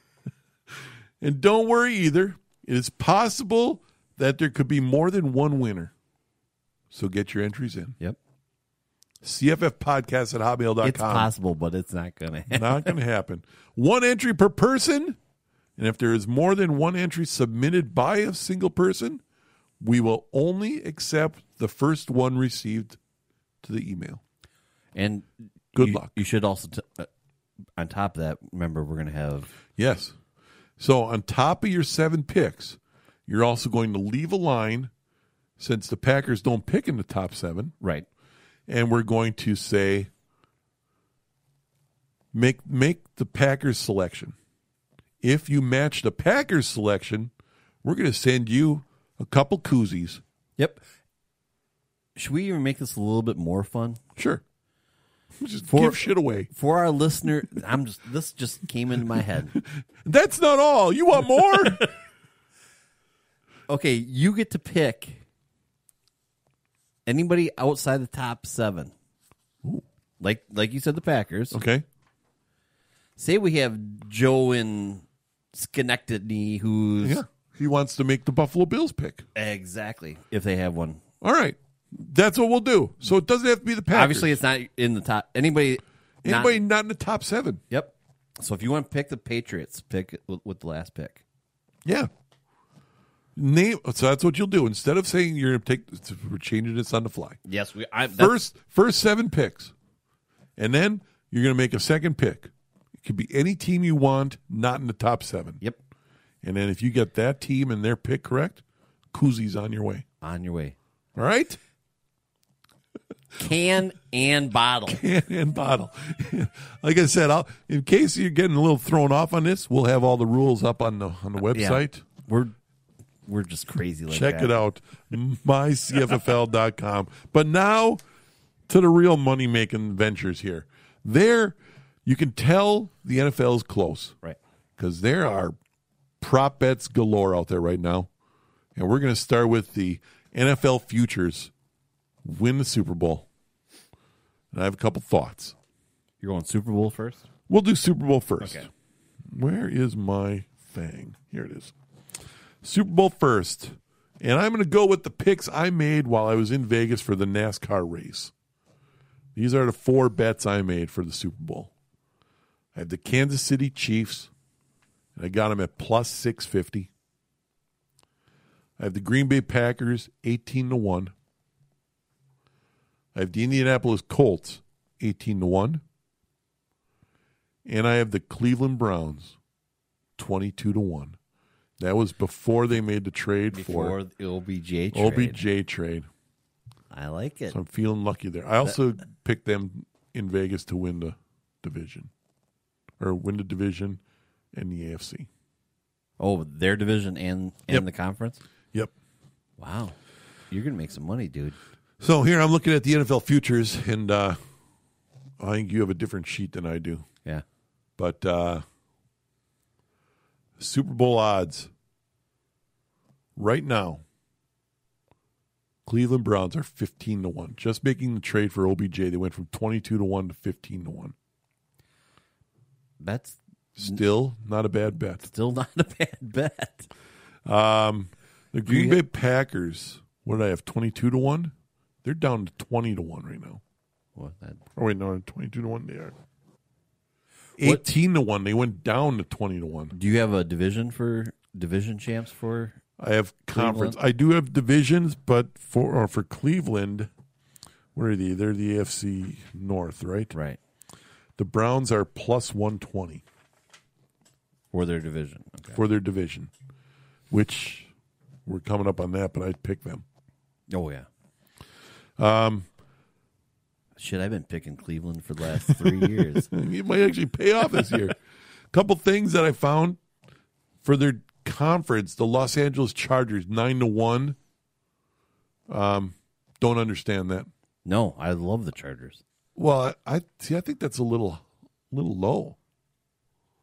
[SPEAKER 2] and don't worry either. It is possible that there could be more than one winner. So get your entries in.
[SPEAKER 3] Yep.
[SPEAKER 2] CFF podcast at hotmail.com.
[SPEAKER 3] It's possible, but it's not going to happen.
[SPEAKER 2] Not going to happen. One entry per person. And if there is more than one entry submitted by a single person, we will only accept the first one received to the email.
[SPEAKER 3] And
[SPEAKER 2] Good
[SPEAKER 3] you-
[SPEAKER 2] luck.
[SPEAKER 3] You should also, t- uh, on top of that, remember we're going to have
[SPEAKER 2] Yes. So on top of your seven picks, you're also going to leave a line since the Packers don't pick in the top seven.
[SPEAKER 3] right.
[SPEAKER 2] and we're going to say make make the Packers selection. If you match the Packers selection, we're going to send you a couple koozies.
[SPEAKER 3] Yep. Should we even make this a little bit more fun
[SPEAKER 2] Sure. Just
[SPEAKER 3] For-
[SPEAKER 2] give shit away.
[SPEAKER 3] for our listener? I'm just this just came into my head.
[SPEAKER 2] That's not all. You want more?
[SPEAKER 3] Okay, you get to pick anybody outside the top seven. Like like you said, the Packers.
[SPEAKER 2] okay.
[SPEAKER 3] Say we have Joe in Schenectady, who's
[SPEAKER 2] Yeah. He wants to make the Buffalo Bills pick.
[SPEAKER 3] exactly if they have one.
[SPEAKER 2] All right. That's what we'll do. So it doesn't have to be the Packers.
[SPEAKER 3] Obviously, it's not in the top. Anybody? not-
[SPEAKER 2] anybody not in the top 7.
[SPEAKER 3] yep. So if you want to pick the Patriots, pick it with, with the last pick.
[SPEAKER 2] Yeah. Name. So that's what you'll do. Instead of saying you're going to take, we're changing this on the fly.
[SPEAKER 3] Yes, we. I,
[SPEAKER 2] First, first seven picks, and then you're going to make a second pick. It could be any team you want, not in the top seven.
[SPEAKER 3] Yep.
[SPEAKER 2] And then if you get that team and their pick correct, koozies on your way.
[SPEAKER 3] On your way.
[SPEAKER 2] All right?
[SPEAKER 3] Can and bottle.
[SPEAKER 2] Can and bottle. like I said, I'll, in case you're getting a little thrown off on this, we'll have all the rules up on the on the
[SPEAKER 3] Yeah.
[SPEAKER 2] website.
[SPEAKER 3] We're we're just crazy like
[SPEAKER 2] Check
[SPEAKER 3] that.
[SPEAKER 2] it out, mycffl.com. But now to the real money making ventures here. There, you can tell the NFL is close
[SPEAKER 3] Right.
[SPEAKER 2] because there are prop bets galore out there right now. And we're going to start with the NFL futures win the Super Bowl. And I have a couple thoughts.
[SPEAKER 3] You're going Super Bowl first?
[SPEAKER 2] We'll do Super Bowl first.
[SPEAKER 3] Okay.
[SPEAKER 2] Where is my thing? Here it is. Super Bowl first. And I'm going to go with the picks I made while I was in Vegas for the NASCAR race. These are the four bets I made for the Super Bowl. I have the Kansas City Chiefs, and I got them at plus 650. I have the Green Bay Packers 18 to 1. I have the Indianapolis Colts 18 to 1 and I have the Cleveland Browns 22 to 1. That was before they made the trade
[SPEAKER 3] Before the OBJ trade.
[SPEAKER 2] for OBJ trade.
[SPEAKER 3] I like it.
[SPEAKER 2] So I'm feeling lucky there. I also picked them in Vegas to win the division or win the division and the AFC.
[SPEAKER 3] Oh, their division and and
[SPEAKER 2] Yep.
[SPEAKER 3] the conference?
[SPEAKER 2] Yep.
[SPEAKER 3] Wow. You're gonna make some money, dude.
[SPEAKER 2] So here I'm looking at the NFL futures, and uh, I think you have a different sheet than I do.
[SPEAKER 3] Yeah.
[SPEAKER 2] But uh, Super Bowl odds right now, Cleveland Browns are fifteen to one. Just making the trade for OBJ, they went from twenty-two to one to fifteen to one.
[SPEAKER 3] That's
[SPEAKER 2] Still not a bad bet.
[SPEAKER 3] still not a bad bet.
[SPEAKER 2] Um, the Green Bay Packers. What did I have? Twenty-two to one. They're down to twenty to one right now.
[SPEAKER 3] Well, that,
[SPEAKER 2] Oh wait, no, twenty-two to one. They are eighteen to one. They went down to twenty to one.
[SPEAKER 3] do you have a division for division champs for
[SPEAKER 2] I have conference. I do have divisions, but for or for Cleveland, where are they? They're the AFC North, right?
[SPEAKER 3] right
[SPEAKER 2] The Browns are plus one twenty
[SPEAKER 3] for their division? Okay.
[SPEAKER 2] for their division, which we're coming up on that. But I'd pick them.
[SPEAKER 3] Oh yeah. Um,
[SPEAKER 2] Um,
[SPEAKER 3] shit, I've been picking Cleveland for the last three years.
[SPEAKER 2] It might actually pay off this year. Couple things that I found for their conference: the Los Angeles Chargers nine to one. Um, don't understand that.
[SPEAKER 3] No, I love the Chargers.
[SPEAKER 2] Well, I, I see. I think that's a little, little low.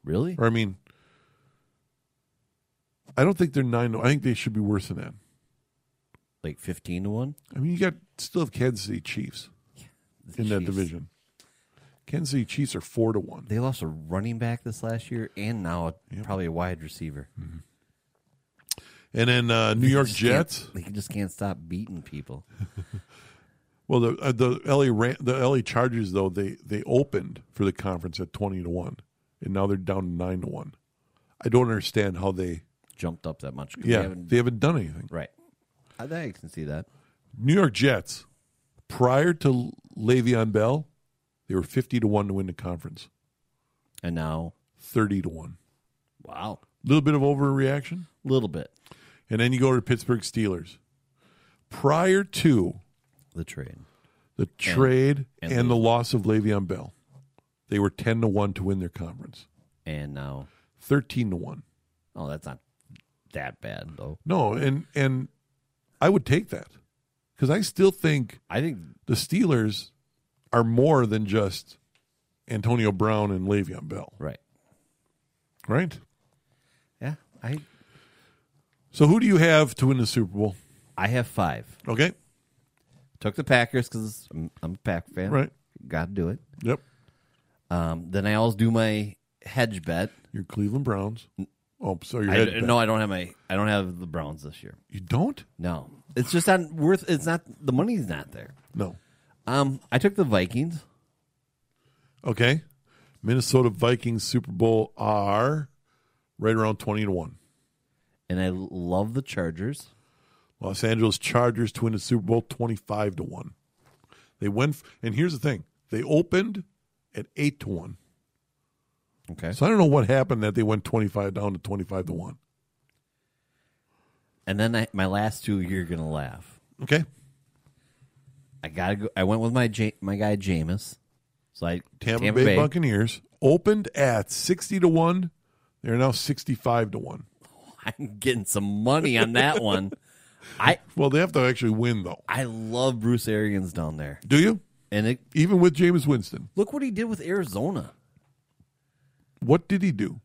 [SPEAKER 3] Really?
[SPEAKER 2] Or I mean, I don't think they're nine. I think they should be worse than that.
[SPEAKER 3] Like fifteen to one?
[SPEAKER 2] I mean, you got still have Kansas City Chiefs in that
[SPEAKER 3] Jeez.
[SPEAKER 2] division. Kansas City Chiefs are four to one.
[SPEAKER 3] They lost a running back this last year, and now a, probably a wide receiver.
[SPEAKER 2] And then uh, New York
[SPEAKER 3] Just can't-
[SPEAKER 2] Jets.
[SPEAKER 3] They just can't stop beating people.
[SPEAKER 2] Well, the uh, the LA Ram, the LA Chargers though they they opened for the conference at twenty to one, and now they're down to nine to one. I don't understand how they.
[SPEAKER 3] Jumped up that much. 'cause they
[SPEAKER 2] Yeah,
[SPEAKER 3] haven't-
[SPEAKER 2] they haven't done anything.
[SPEAKER 3] right. I think I can see that.
[SPEAKER 2] New York Jets, prior to Le'Veon Bell, they were fifty to one to win the conference.
[SPEAKER 3] And now,
[SPEAKER 2] 30 to 1.
[SPEAKER 3] wow,
[SPEAKER 2] A little bit of overreaction.
[SPEAKER 3] little bit
[SPEAKER 2] And then you go to Pittsburgh Steelers. Prior to
[SPEAKER 3] the trade.
[SPEAKER 2] the trade and,
[SPEAKER 3] and
[SPEAKER 2] the loss of Le'Veon Bell, they were 10 to 1 to win their conference,
[SPEAKER 3] And now,
[SPEAKER 2] 13 to 1.
[SPEAKER 3] oh, that's not that bad though.
[SPEAKER 2] No, and, and I would take that because I still think
[SPEAKER 3] I think
[SPEAKER 2] the Steelers are more than just Antonio Brown and Le'Veon Bell,
[SPEAKER 3] right.
[SPEAKER 2] right?
[SPEAKER 3] Yeah, I
[SPEAKER 2] So who do you have to win the Super Bowl?
[SPEAKER 3] I have five.
[SPEAKER 2] Okay.
[SPEAKER 3] Took the Packers because I'm, I'm a Pack fan.
[SPEAKER 2] Right.
[SPEAKER 3] Got to do it.
[SPEAKER 2] Yep.
[SPEAKER 3] Um, then I always do my hedge bet.
[SPEAKER 2] Your Cleveland Browns. Oh, sorry. Your
[SPEAKER 3] I,
[SPEAKER 2] head back.
[SPEAKER 3] no, I don't have my. I don't have the Browns this year.
[SPEAKER 2] You don't?
[SPEAKER 3] No, it's just not worth. It's not the money's not there.
[SPEAKER 2] No.
[SPEAKER 3] Um, I took the Vikings.
[SPEAKER 2] Okay. Minnesota Vikings Super Bowl are right around 20 to 1.
[SPEAKER 3] and I love the Chargers.
[SPEAKER 2] Los Angeles Chargers to win the Super Bowl 25 to 1. They went f- and here's the thing. They opened at 8 to 1.
[SPEAKER 3] Okay.
[SPEAKER 2] So I don't know what happened that they went 25 down to 25 to 1.
[SPEAKER 3] and then I, my last two, you're gonna laugh.
[SPEAKER 2] Okay.
[SPEAKER 3] I gotta go. I went with my Ja- my guy Jameis. So I
[SPEAKER 2] Tampa, Bay, Buccaneers opened at 60 to 1. They're now 65 to 1.
[SPEAKER 3] I'm getting some money on that one. I
[SPEAKER 2] Well, they have to actually win, though.
[SPEAKER 3] I love Bruce Arians down there,
[SPEAKER 2] Do you?
[SPEAKER 3] and it,
[SPEAKER 2] Even with Jameis Winston.
[SPEAKER 3] look what he did with Arizona.
[SPEAKER 2] What did he do?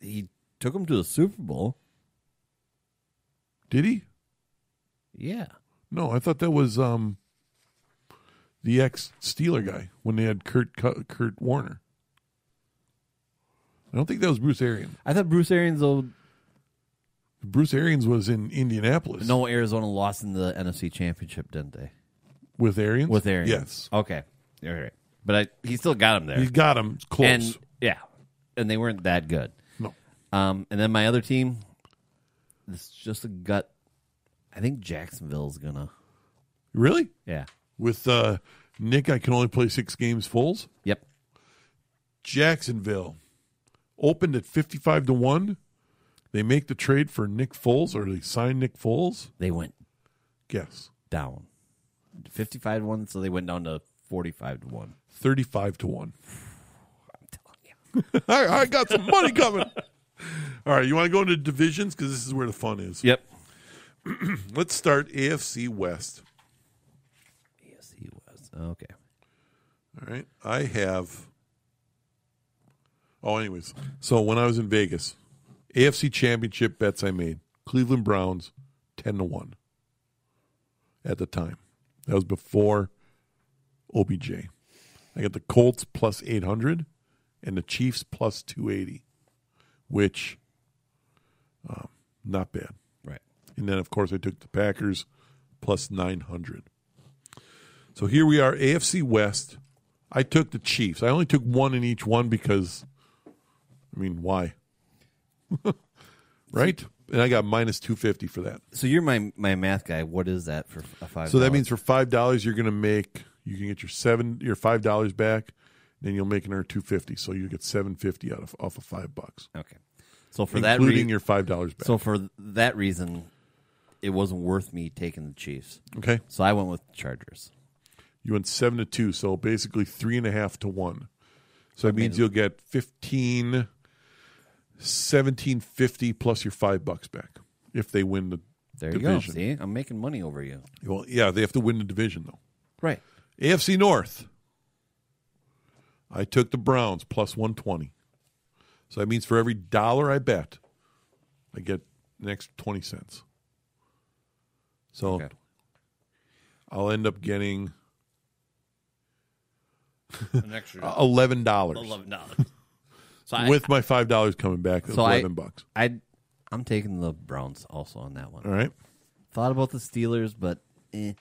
[SPEAKER 3] He took him to the Super Bowl.
[SPEAKER 2] Did he?
[SPEAKER 3] Yeah,
[SPEAKER 2] No, I thought that was um, the ex Steeler guy when they had Kurt Cu- Kurt Warner. I don't think that was Bruce Arians.
[SPEAKER 3] I thought Bruce Arians will
[SPEAKER 2] Bruce Arians was in Indianapolis.
[SPEAKER 3] No, Arizona lost in the NFC Championship, didn't they?
[SPEAKER 2] with Arians.
[SPEAKER 3] With Arians.
[SPEAKER 2] yes,
[SPEAKER 3] Okay. All right. But I, he still got him there.
[SPEAKER 2] he got him close.
[SPEAKER 3] And yeah, and they weren't that good.
[SPEAKER 2] no,
[SPEAKER 3] Um, and then my other team, this is just a gut. I think Jacksonville's gonna.
[SPEAKER 2] really
[SPEAKER 3] Yeah.
[SPEAKER 2] with uh, Nick, I can only play six games. Foles,
[SPEAKER 3] Yep.
[SPEAKER 2] Jacksonville opened at fifty-five to one. They make the trade for Nick Foles, or they sign Nick Foles.
[SPEAKER 3] They went
[SPEAKER 2] Guess
[SPEAKER 3] down, fifty-five to one. So they went down to forty-five to one.
[SPEAKER 2] thirty-five to one.
[SPEAKER 3] I'm telling you.
[SPEAKER 2] I, I got some money coming. All right, you want to go into divisions because this is where the fun is.
[SPEAKER 3] Yep.
[SPEAKER 2] Let's start AFC West.
[SPEAKER 3] Yes, he was. Okay.
[SPEAKER 2] All right, I have. Oh, anyways, so when I was in Vegas, AFC Championship bets I made: Cleveland Browns, ten to one. At the time, that was before OBJ. I got the Colts plus eight hundred, and the Chiefs plus two eighty, which, um, not bad.
[SPEAKER 3] Right.
[SPEAKER 2] And then, of course, I took the Packers plus 900. So here we are, AFC West. I took the Chiefs. I only took one in each one because, I mean, why? right? And I got minus 250 for that.
[SPEAKER 3] So you're my my math guy. What is that for a five?
[SPEAKER 2] So that means for $5, you're going to make, you can get your seven, your $5 back. Then you'll make another 250 So you get 750 out of off of five bucks,
[SPEAKER 3] okay. So for that
[SPEAKER 2] including
[SPEAKER 3] rea-
[SPEAKER 2] your $5 back.
[SPEAKER 3] So for that reason, it wasn't worth me taking the Chiefs.
[SPEAKER 2] okay.
[SPEAKER 3] So I went with the Chargers.
[SPEAKER 2] You went seven to two, so basically three and a half to one. So that means you'll get 15, 1750 plus your five bucks back if they win the
[SPEAKER 3] There
[SPEAKER 2] division.
[SPEAKER 3] you go. See, I'm making money over you.
[SPEAKER 2] Well, yeah, they have to win the division though.
[SPEAKER 3] Right.
[SPEAKER 2] AFC North. I took the Browns plus 120. So that means for every dollar I bet, I get an extra 20 cents. So
[SPEAKER 3] Okay.
[SPEAKER 2] I'll end up getting
[SPEAKER 3] An extra
[SPEAKER 2] $11.
[SPEAKER 3] eleven dollars. So I,
[SPEAKER 2] with my five dollars coming back,
[SPEAKER 3] So I-
[SPEAKER 2] eleven bucks.
[SPEAKER 3] I, I'm taking the Browns also on that one.
[SPEAKER 2] All right.
[SPEAKER 3] Thought about the Steelers, but eh.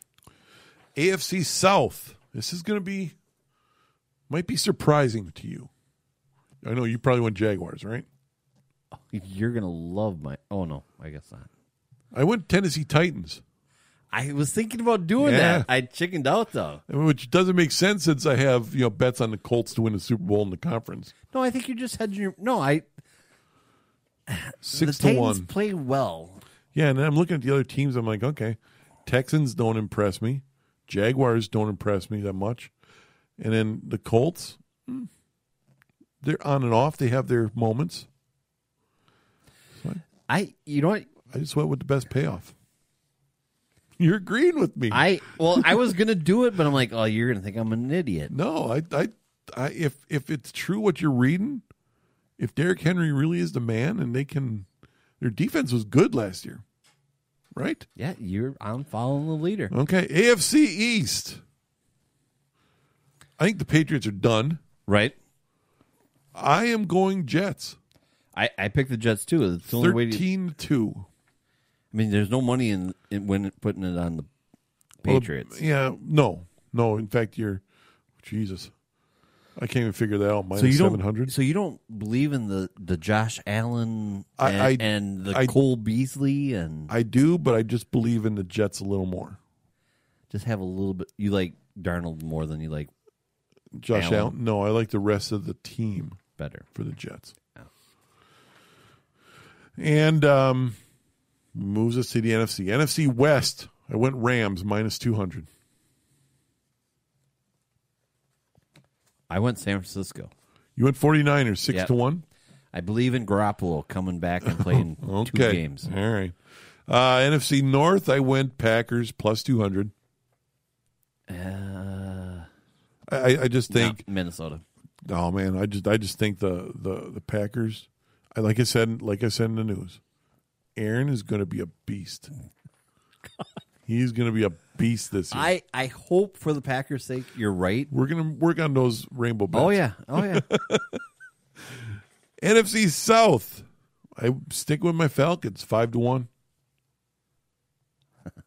[SPEAKER 2] AFC South. This is going to be might be surprising to you. I know you probably went Jaguars, right?
[SPEAKER 3] you're gonna love my. Oh no, I guess not.
[SPEAKER 2] I went Tennessee Titans,
[SPEAKER 3] I was thinking about doing
[SPEAKER 2] Yeah.
[SPEAKER 3] that. I chickened out though.
[SPEAKER 2] which doesn't make sense since I have you know bets on the Colts to win the Super Bowl in the conference,
[SPEAKER 3] No, I think you just hedging your. No, I.
[SPEAKER 2] six
[SPEAKER 3] the
[SPEAKER 2] to
[SPEAKER 3] Titans
[SPEAKER 2] one.
[SPEAKER 3] play well.
[SPEAKER 2] Yeah, and then I'm looking at the other teams. I'm like, okay, Texans don't impress me. Jaguars don't impress me that much, and then the Colts. hmm, They're on and off. They have their moments.
[SPEAKER 3] I. You know what?
[SPEAKER 2] I just went with the best payoff. You're agreeing with me.
[SPEAKER 3] I well, I was gonna do it, but I'm like, oh, you're gonna think I'm an idiot.
[SPEAKER 2] no, I, I, I, if if it's true what you're reading, if Derrick Henry really is the man, and they can, their defense was good last year, right?
[SPEAKER 3] Yeah, you're. I'm following the leader.
[SPEAKER 2] Okay, AFC East. I think the Patriots are done.
[SPEAKER 3] Right.
[SPEAKER 2] I am going Jets,
[SPEAKER 3] I I picked the Jets too. It's the only way. To, I
[SPEAKER 2] thirteen to two.
[SPEAKER 3] mean, there's no money in, in when putting it on the Patriots.
[SPEAKER 2] Well, yeah, no, no. In fact, you're Jesus. I can't even figure that out.
[SPEAKER 3] so you
[SPEAKER 2] Minus
[SPEAKER 3] don't.
[SPEAKER 2] seven hundred.
[SPEAKER 3] So you don't believe in the the Josh Allen
[SPEAKER 2] I-
[SPEAKER 3] and,
[SPEAKER 2] I-
[SPEAKER 3] and the
[SPEAKER 2] I-
[SPEAKER 3] Cole Beasley and
[SPEAKER 2] I do, but I just believe in the Jets a little more.
[SPEAKER 3] just have a little bit. You like Darnold more than you like
[SPEAKER 2] Josh
[SPEAKER 3] Allen.
[SPEAKER 2] Allen. No, I like the rest of the team
[SPEAKER 3] better.
[SPEAKER 2] for the Jets.
[SPEAKER 3] Oh.
[SPEAKER 2] And um, Moves us to the NFC. NFC West. I went Rams minus 200.
[SPEAKER 3] I went San Francisco.
[SPEAKER 2] You went 49ers 6
[SPEAKER 3] Yep.
[SPEAKER 2] to 1.
[SPEAKER 3] I believe in Garoppolo coming back and playing two games.
[SPEAKER 2] All right. Uh, NFC North, I went Packers plus 200.
[SPEAKER 3] Uh,
[SPEAKER 2] I, I- I just think
[SPEAKER 3] no, Minnesota.
[SPEAKER 2] Oh man, I just I just think the the the Packers. I like I said like I said in the news, Aaron is going to be a beast. He's going to be a beast this year.
[SPEAKER 3] I, I hope for the Packers' sake you're right.
[SPEAKER 2] We're going to work on those rainbow bets.
[SPEAKER 3] Oh yeah, oh yeah.
[SPEAKER 2] NFC South. I stick with my Falcons five to one.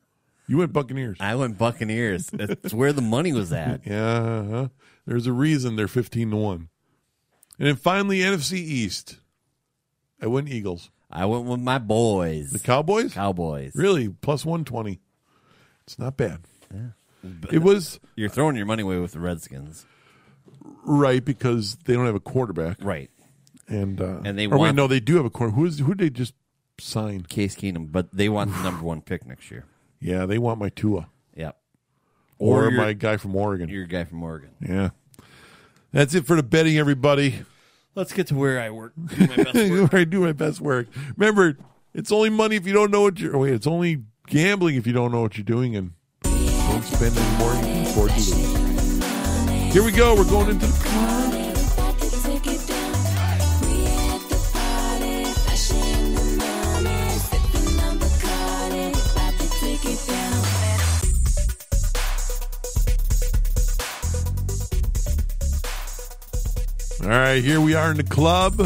[SPEAKER 2] You went Buccaneers.
[SPEAKER 3] I went Buccaneers. That's where the money was at.
[SPEAKER 2] Yeah, uh-huh. there's a reason they're fifteen to one. And then finally NFC East. I went Eagles.
[SPEAKER 3] I went with my boys,
[SPEAKER 2] The Cowboys.
[SPEAKER 3] Cowboys.
[SPEAKER 2] Really, plus one twenty. It's not bad. It was
[SPEAKER 3] You're throwing your money away with the Redskins,
[SPEAKER 2] right because they don't have a quarterback,
[SPEAKER 3] right?
[SPEAKER 2] and uh,
[SPEAKER 3] And they
[SPEAKER 2] or wait,
[SPEAKER 3] want-
[SPEAKER 2] no, they do have a quarterback. Who's who? They just sign.
[SPEAKER 3] Case Keenum, but they want the number one pick next year.
[SPEAKER 2] Yeah, they want my Tua
[SPEAKER 3] Yep.
[SPEAKER 2] or,
[SPEAKER 3] Or your-
[SPEAKER 2] my guy from Oregon.
[SPEAKER 3] You're a guy from Oregon.
[SPEAKER 2] Yeah, that's it for the betting, everybody.
[SPEAKER 3] Let's get to where I work.
[SPEAKER 2] I do my best work. Remember, it's only money if you don't know what you're. Wait, it's only gambling if you don't know what you're doing, and don't spend any more than you can afford to lose. Here we go. We're going into the All right, here we are in the club.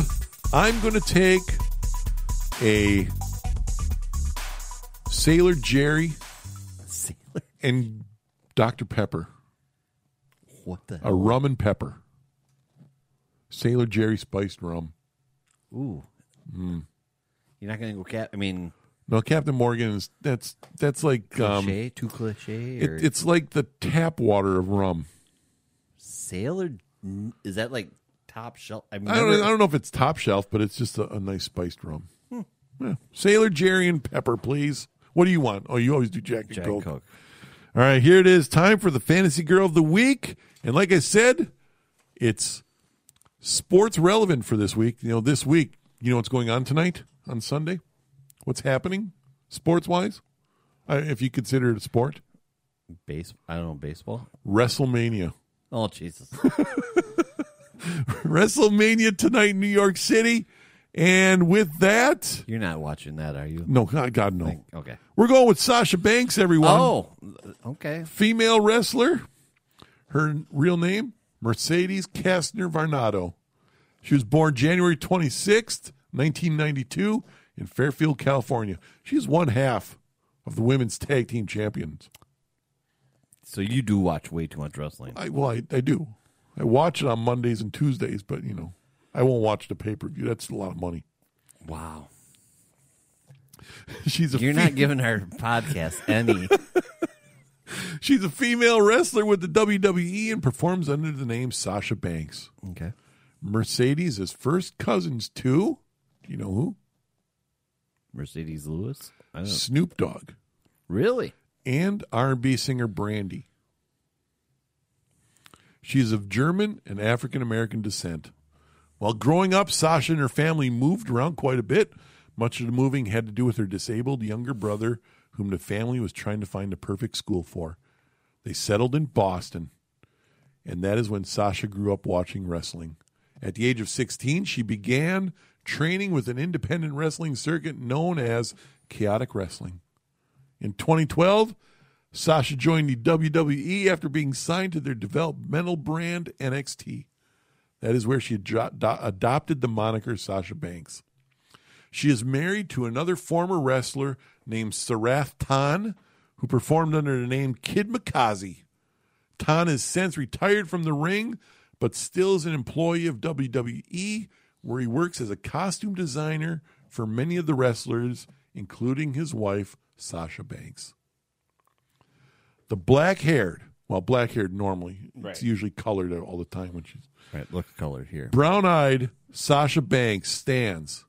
[SPEAKER 2] I'm going to take a Sailor Jerry and Dr. Pepper,
[SPEAKER 3] what the
[SPEAKER 2] a
[SPEAKER 3] hell?
[SPEAKER 2] rum and pepper. Sailor Jerry spiced rum.
[SPEAKER 3] Ooh. Hmm. You're not gonna go cat. I mean,
[SPEAKER 2] No, Captain Morgan is that's that's like um,
[SPEAKER 3] cliche, too cliche, or
[SPEAKER 2] it, it's like the tap water of rum.
[SPEAKER 3] Sailor. Is that like top shelf? I,
[SPEAKER 2] I don't I don't know if it's top shelf, but it's just a, a nice spiced rum. Yeah. Sailor Jerry and pepper, please. What do you want? Oh, you always do Jack and
[SPEAKER 3] Jack
[SPEAKER 2] Coke.
[SPEAKER 3] Coke.
[SPEAKER 2] All right, here it is. Time for the fantasy girl of the week. And like I said, it's sports relevant for this week. You know, this week, you know what's going on tonight on Sunday? What's happening sports wise? If you consider it a sport,
[SPEAKER 3] Base. I don't know baseball.
[SPEAKER 2] WrestleMania.
[SPEAKER 3] Oh Jesus.
[SPEAKER 2] WrestleMania tonight in New York City. And with that,
[SPEAKER 3] You're not watching that, are you?
[SPEAKER 2] no, God, God no.
[SPEAKER 3] Okay.
[SPEAKER 2] We're going with Sasha Banks, everyone.
[SPEAKER 3] Oh, okay.
[SPEAKER 2] female wrestler. Her real name, Mercedes Kastner Varnado. She was born January 26th, 1992, in Fairfield, California. She's one half of the women's tag team champions.
[SPEAKER 3] So you do watch way too much wrestling.
[SPEAKER 2] I, well, I, I do. I watch it on Mondays and Tuesdays, but, you know, I won't watch the pay per view. That's a lot of money.
[SPEAKER 3] Wow.
[SPEAKER 2] She's a
[SPEAKER 3] You're
[SPEAKER 2] fe-
[SPEAKER 3] not giving our podcast any.
[SPEAKER 2] she's a female wrestler with the WWE and performs under the name Sasha Banks.
[SPEAKER 3] Okay.
[SPEAKER 2] Mercedes is first cousins to, you know who?
[SPEAKER 3] Mercedes Lewis. I don't
[SPEAKER 2] Snoop Dogg
[SPEAKER 3] Really?
[SPEAKER 2] and R&B singer Brandy. She is of German and African American descent. While growing up, Sasha and her family moved around quite a bit. Much of the moving had to do with her disabled younger brother, whom the family was trying to find the perfect school for. They settled in Boston, and that is when Sasha grew up watching wrestling. At the age of 16, she began training with an independent wrestling circuit known as Chaotic Wrestling. In 2012, Sasha joined the WWE after being signed to their developmental brand NXT. That is where she adro- do- adopted the moniker Sasha Banks. She is married to another former wrestler named Sarath Tan, who performed under the name Kid Mikazi. Tan has since retired from the ring, but still is an employee of WWE, where he works as a costume designer for many of the wrestlers, including his wife, Sasha Banks. The black haired, well, black haired normally, it's usually colored all the time when she's
[SPEAKER 3] All right. Look colored here.
[SPEAKER 2] brown eyed Sasha Banks stands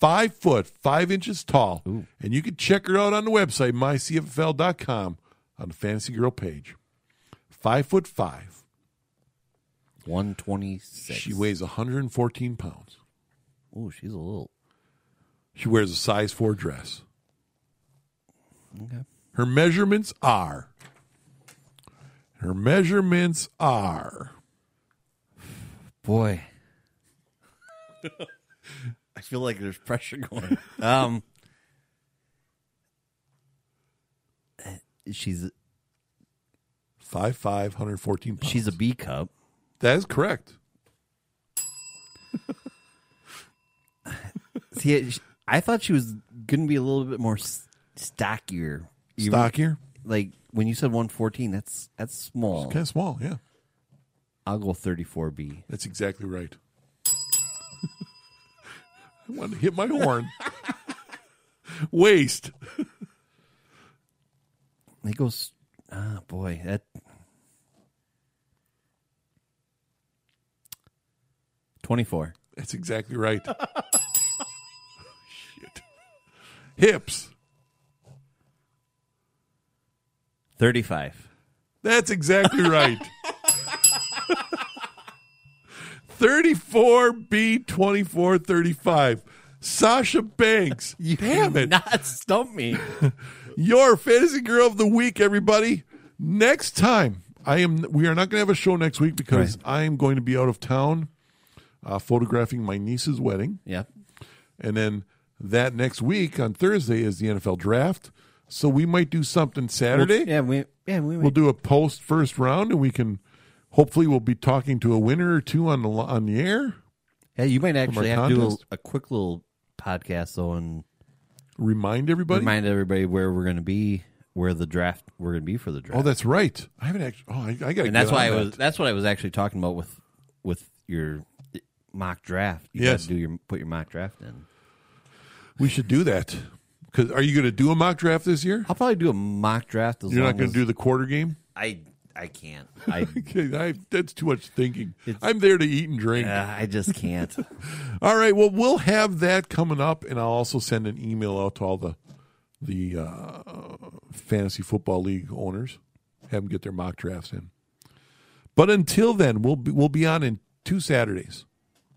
[SPEAKER 2] five foot, five inches tall. And you can check her out on the website, mycfl.com, on the Fantasy Girl page. Five foot five.
[SPEAKER 3] 126.
[SPEAKER 2] She weighs 114 pounds.
[SPEAKER 3] Oh, she's a little.
[SPEAKER 2] She wears a size four dress.
[SPEAKER 3] Okay.
[SPEAKER 2] Her measurements are. Her measurements are.
[SPEAKER 3] Boy. I feel like there's pressure going. Um uh, She's
[SPEAKER 2] Five five, 114 pounds.
[SPEAKER 3] she's a B cup.
[SPEAKER 2] that is correct.
[SPEAKER 3] See, it- sh- I thought she was going to be a little bit more s- stockier. You-
[SPEAKER 2] Stockier.
[SPEAKER 3] Like when you said 114, that's that's small.
[SPEAKER 2] Kind of small, yeah.
[SPEAKER 3] I'll go 34B.
[SPEAKER 2] That's exactly right. I wanted to hit my horn. Waste.
[SPEAKER 3] It goes Ah, boy. That 24.
[SPEAKER 2] That's exactly right. Shit. Hips.
[SPEAKER 3] 35.
[SPEAKER 2] That's exactly right. 34B2435. Sasha Banks.
[SPEAKER 3] You
[SPEAKER 2] Damn it.
[SPEAKER 3] Not stump me.
[SPEAKER 2] your fantasy girl of the week, everybody. Next time, I am. We are not going to have a show next week because I am going to be out of town, uh, photographing my niece's wedding,
[SPEAKER 3] yeah.
[SPEAKER 2] and then that next week on Thursday is the NFL draft. So we might do something Saturday.
[SPEAKER 3] Yeah, we yeah, we
[SPEAKER 2] We'll do a post first round, and we can hopefully we'll be talking to a winner or two on the li- on the air.
[SPEAKER 3] yeah, you might actually
[SPEAKER 2] our
[SPEAKER 3] have to do
[SPEAKER 2] contest?
[SPEAKER 3] a, a quick little podcast though and
[SPEAKER 2] Remind everybody.
[SPEAKER 3] remind everybody where we're gonna be, where the draft we're gonna be for the draft.
[SPEAKER 2] oh, that's right. I haven't actually. Oh, I, I got.
[SPEAKER 3] and that's why I was that's what I was actually talking about with with your mock draft. You
[SPEAKER 2] Yes.
[SPEAKER 3] gotta do your put your mock draft in.
[SPEAKER 2] We should do that. Because are you going to do a mock draft this year?
[SPEAKER 3] I'll probably do a mock draft as
[SPEAKER 2] You're
[SPEAKER 3] long
[SPEAKER 2] not going
[SPEAKER 3] as
[SPEAKER 2] to do the quarter game.
[SPEAKER 3] I I can't. I
[SPEAKER 2] Okay, I, that's too much thinking.
[SPEAKER 3] It's-
[SPEAKER 2] I'm there to eat and drink.
[SPEAKER 3] uh, I just can't.
[SPEAKER 2] All right. Well, we'll have that coming up, and I'll also send an email out to all the the uh, fantasy football league owners, have them get their mock drafts in. But until then, we'll be, we'll be on in two Saturdays.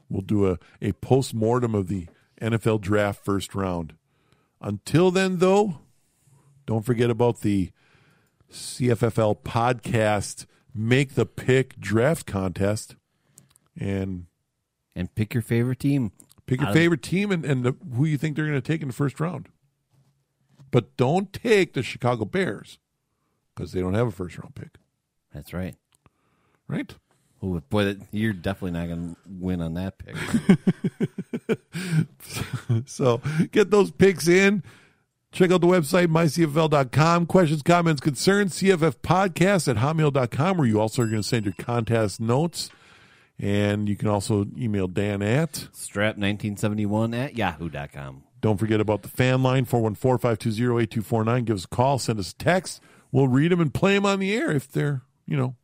[SPEAKER 2] We'll do a a post mortem of the NFL draft first round. Until then, though, don't forget about the CFFL podcast make the pick draft contest and
[SPEAKER 3] And pick your favorite team.
[SPEAKER 2] Pick
[SPEAKER 3] Out
[SPEAKER 2] your
[SPEAKER 3] of the-
[SPEAKER 2] favorite team and, and the, who you think they're going to take in the first round. But don't take the Chicago Bears because they don't have a first round pick,
[SPEAKER 3] That's right.
[SPEAKER 2] right?
[SPEAKER 3] Oh boy, that, you're definitely not going to win on that pick.
[SPEAKER 2] So get those picks in. Check out the website, mycfl.com. Questions, comments, concerns, CFF podcast at hotmail.com, where you also are going to send your contest notes. And you can also email Dan at.
[SPEAKER 3] Strap1971 at yahoo.com.
[SPEAKER 2] Don't forget about the fan line, 414 520 8249. Give us a call, send us a text. We'll read them and play them on the air if they're, you know,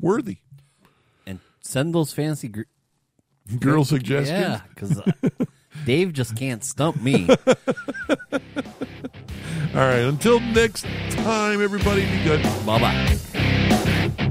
[SPEAKER 2] worthy.
[SPEAKER 3] And send those fancy gr-
[SPEAKER 2] Girl suggestions.
[SPEAKER 3] Yeah, because Dave just can't stump me.
[SPEAKER 2] All right. Until next time, everybody, be good.
[SPEAKER 3] bye bye.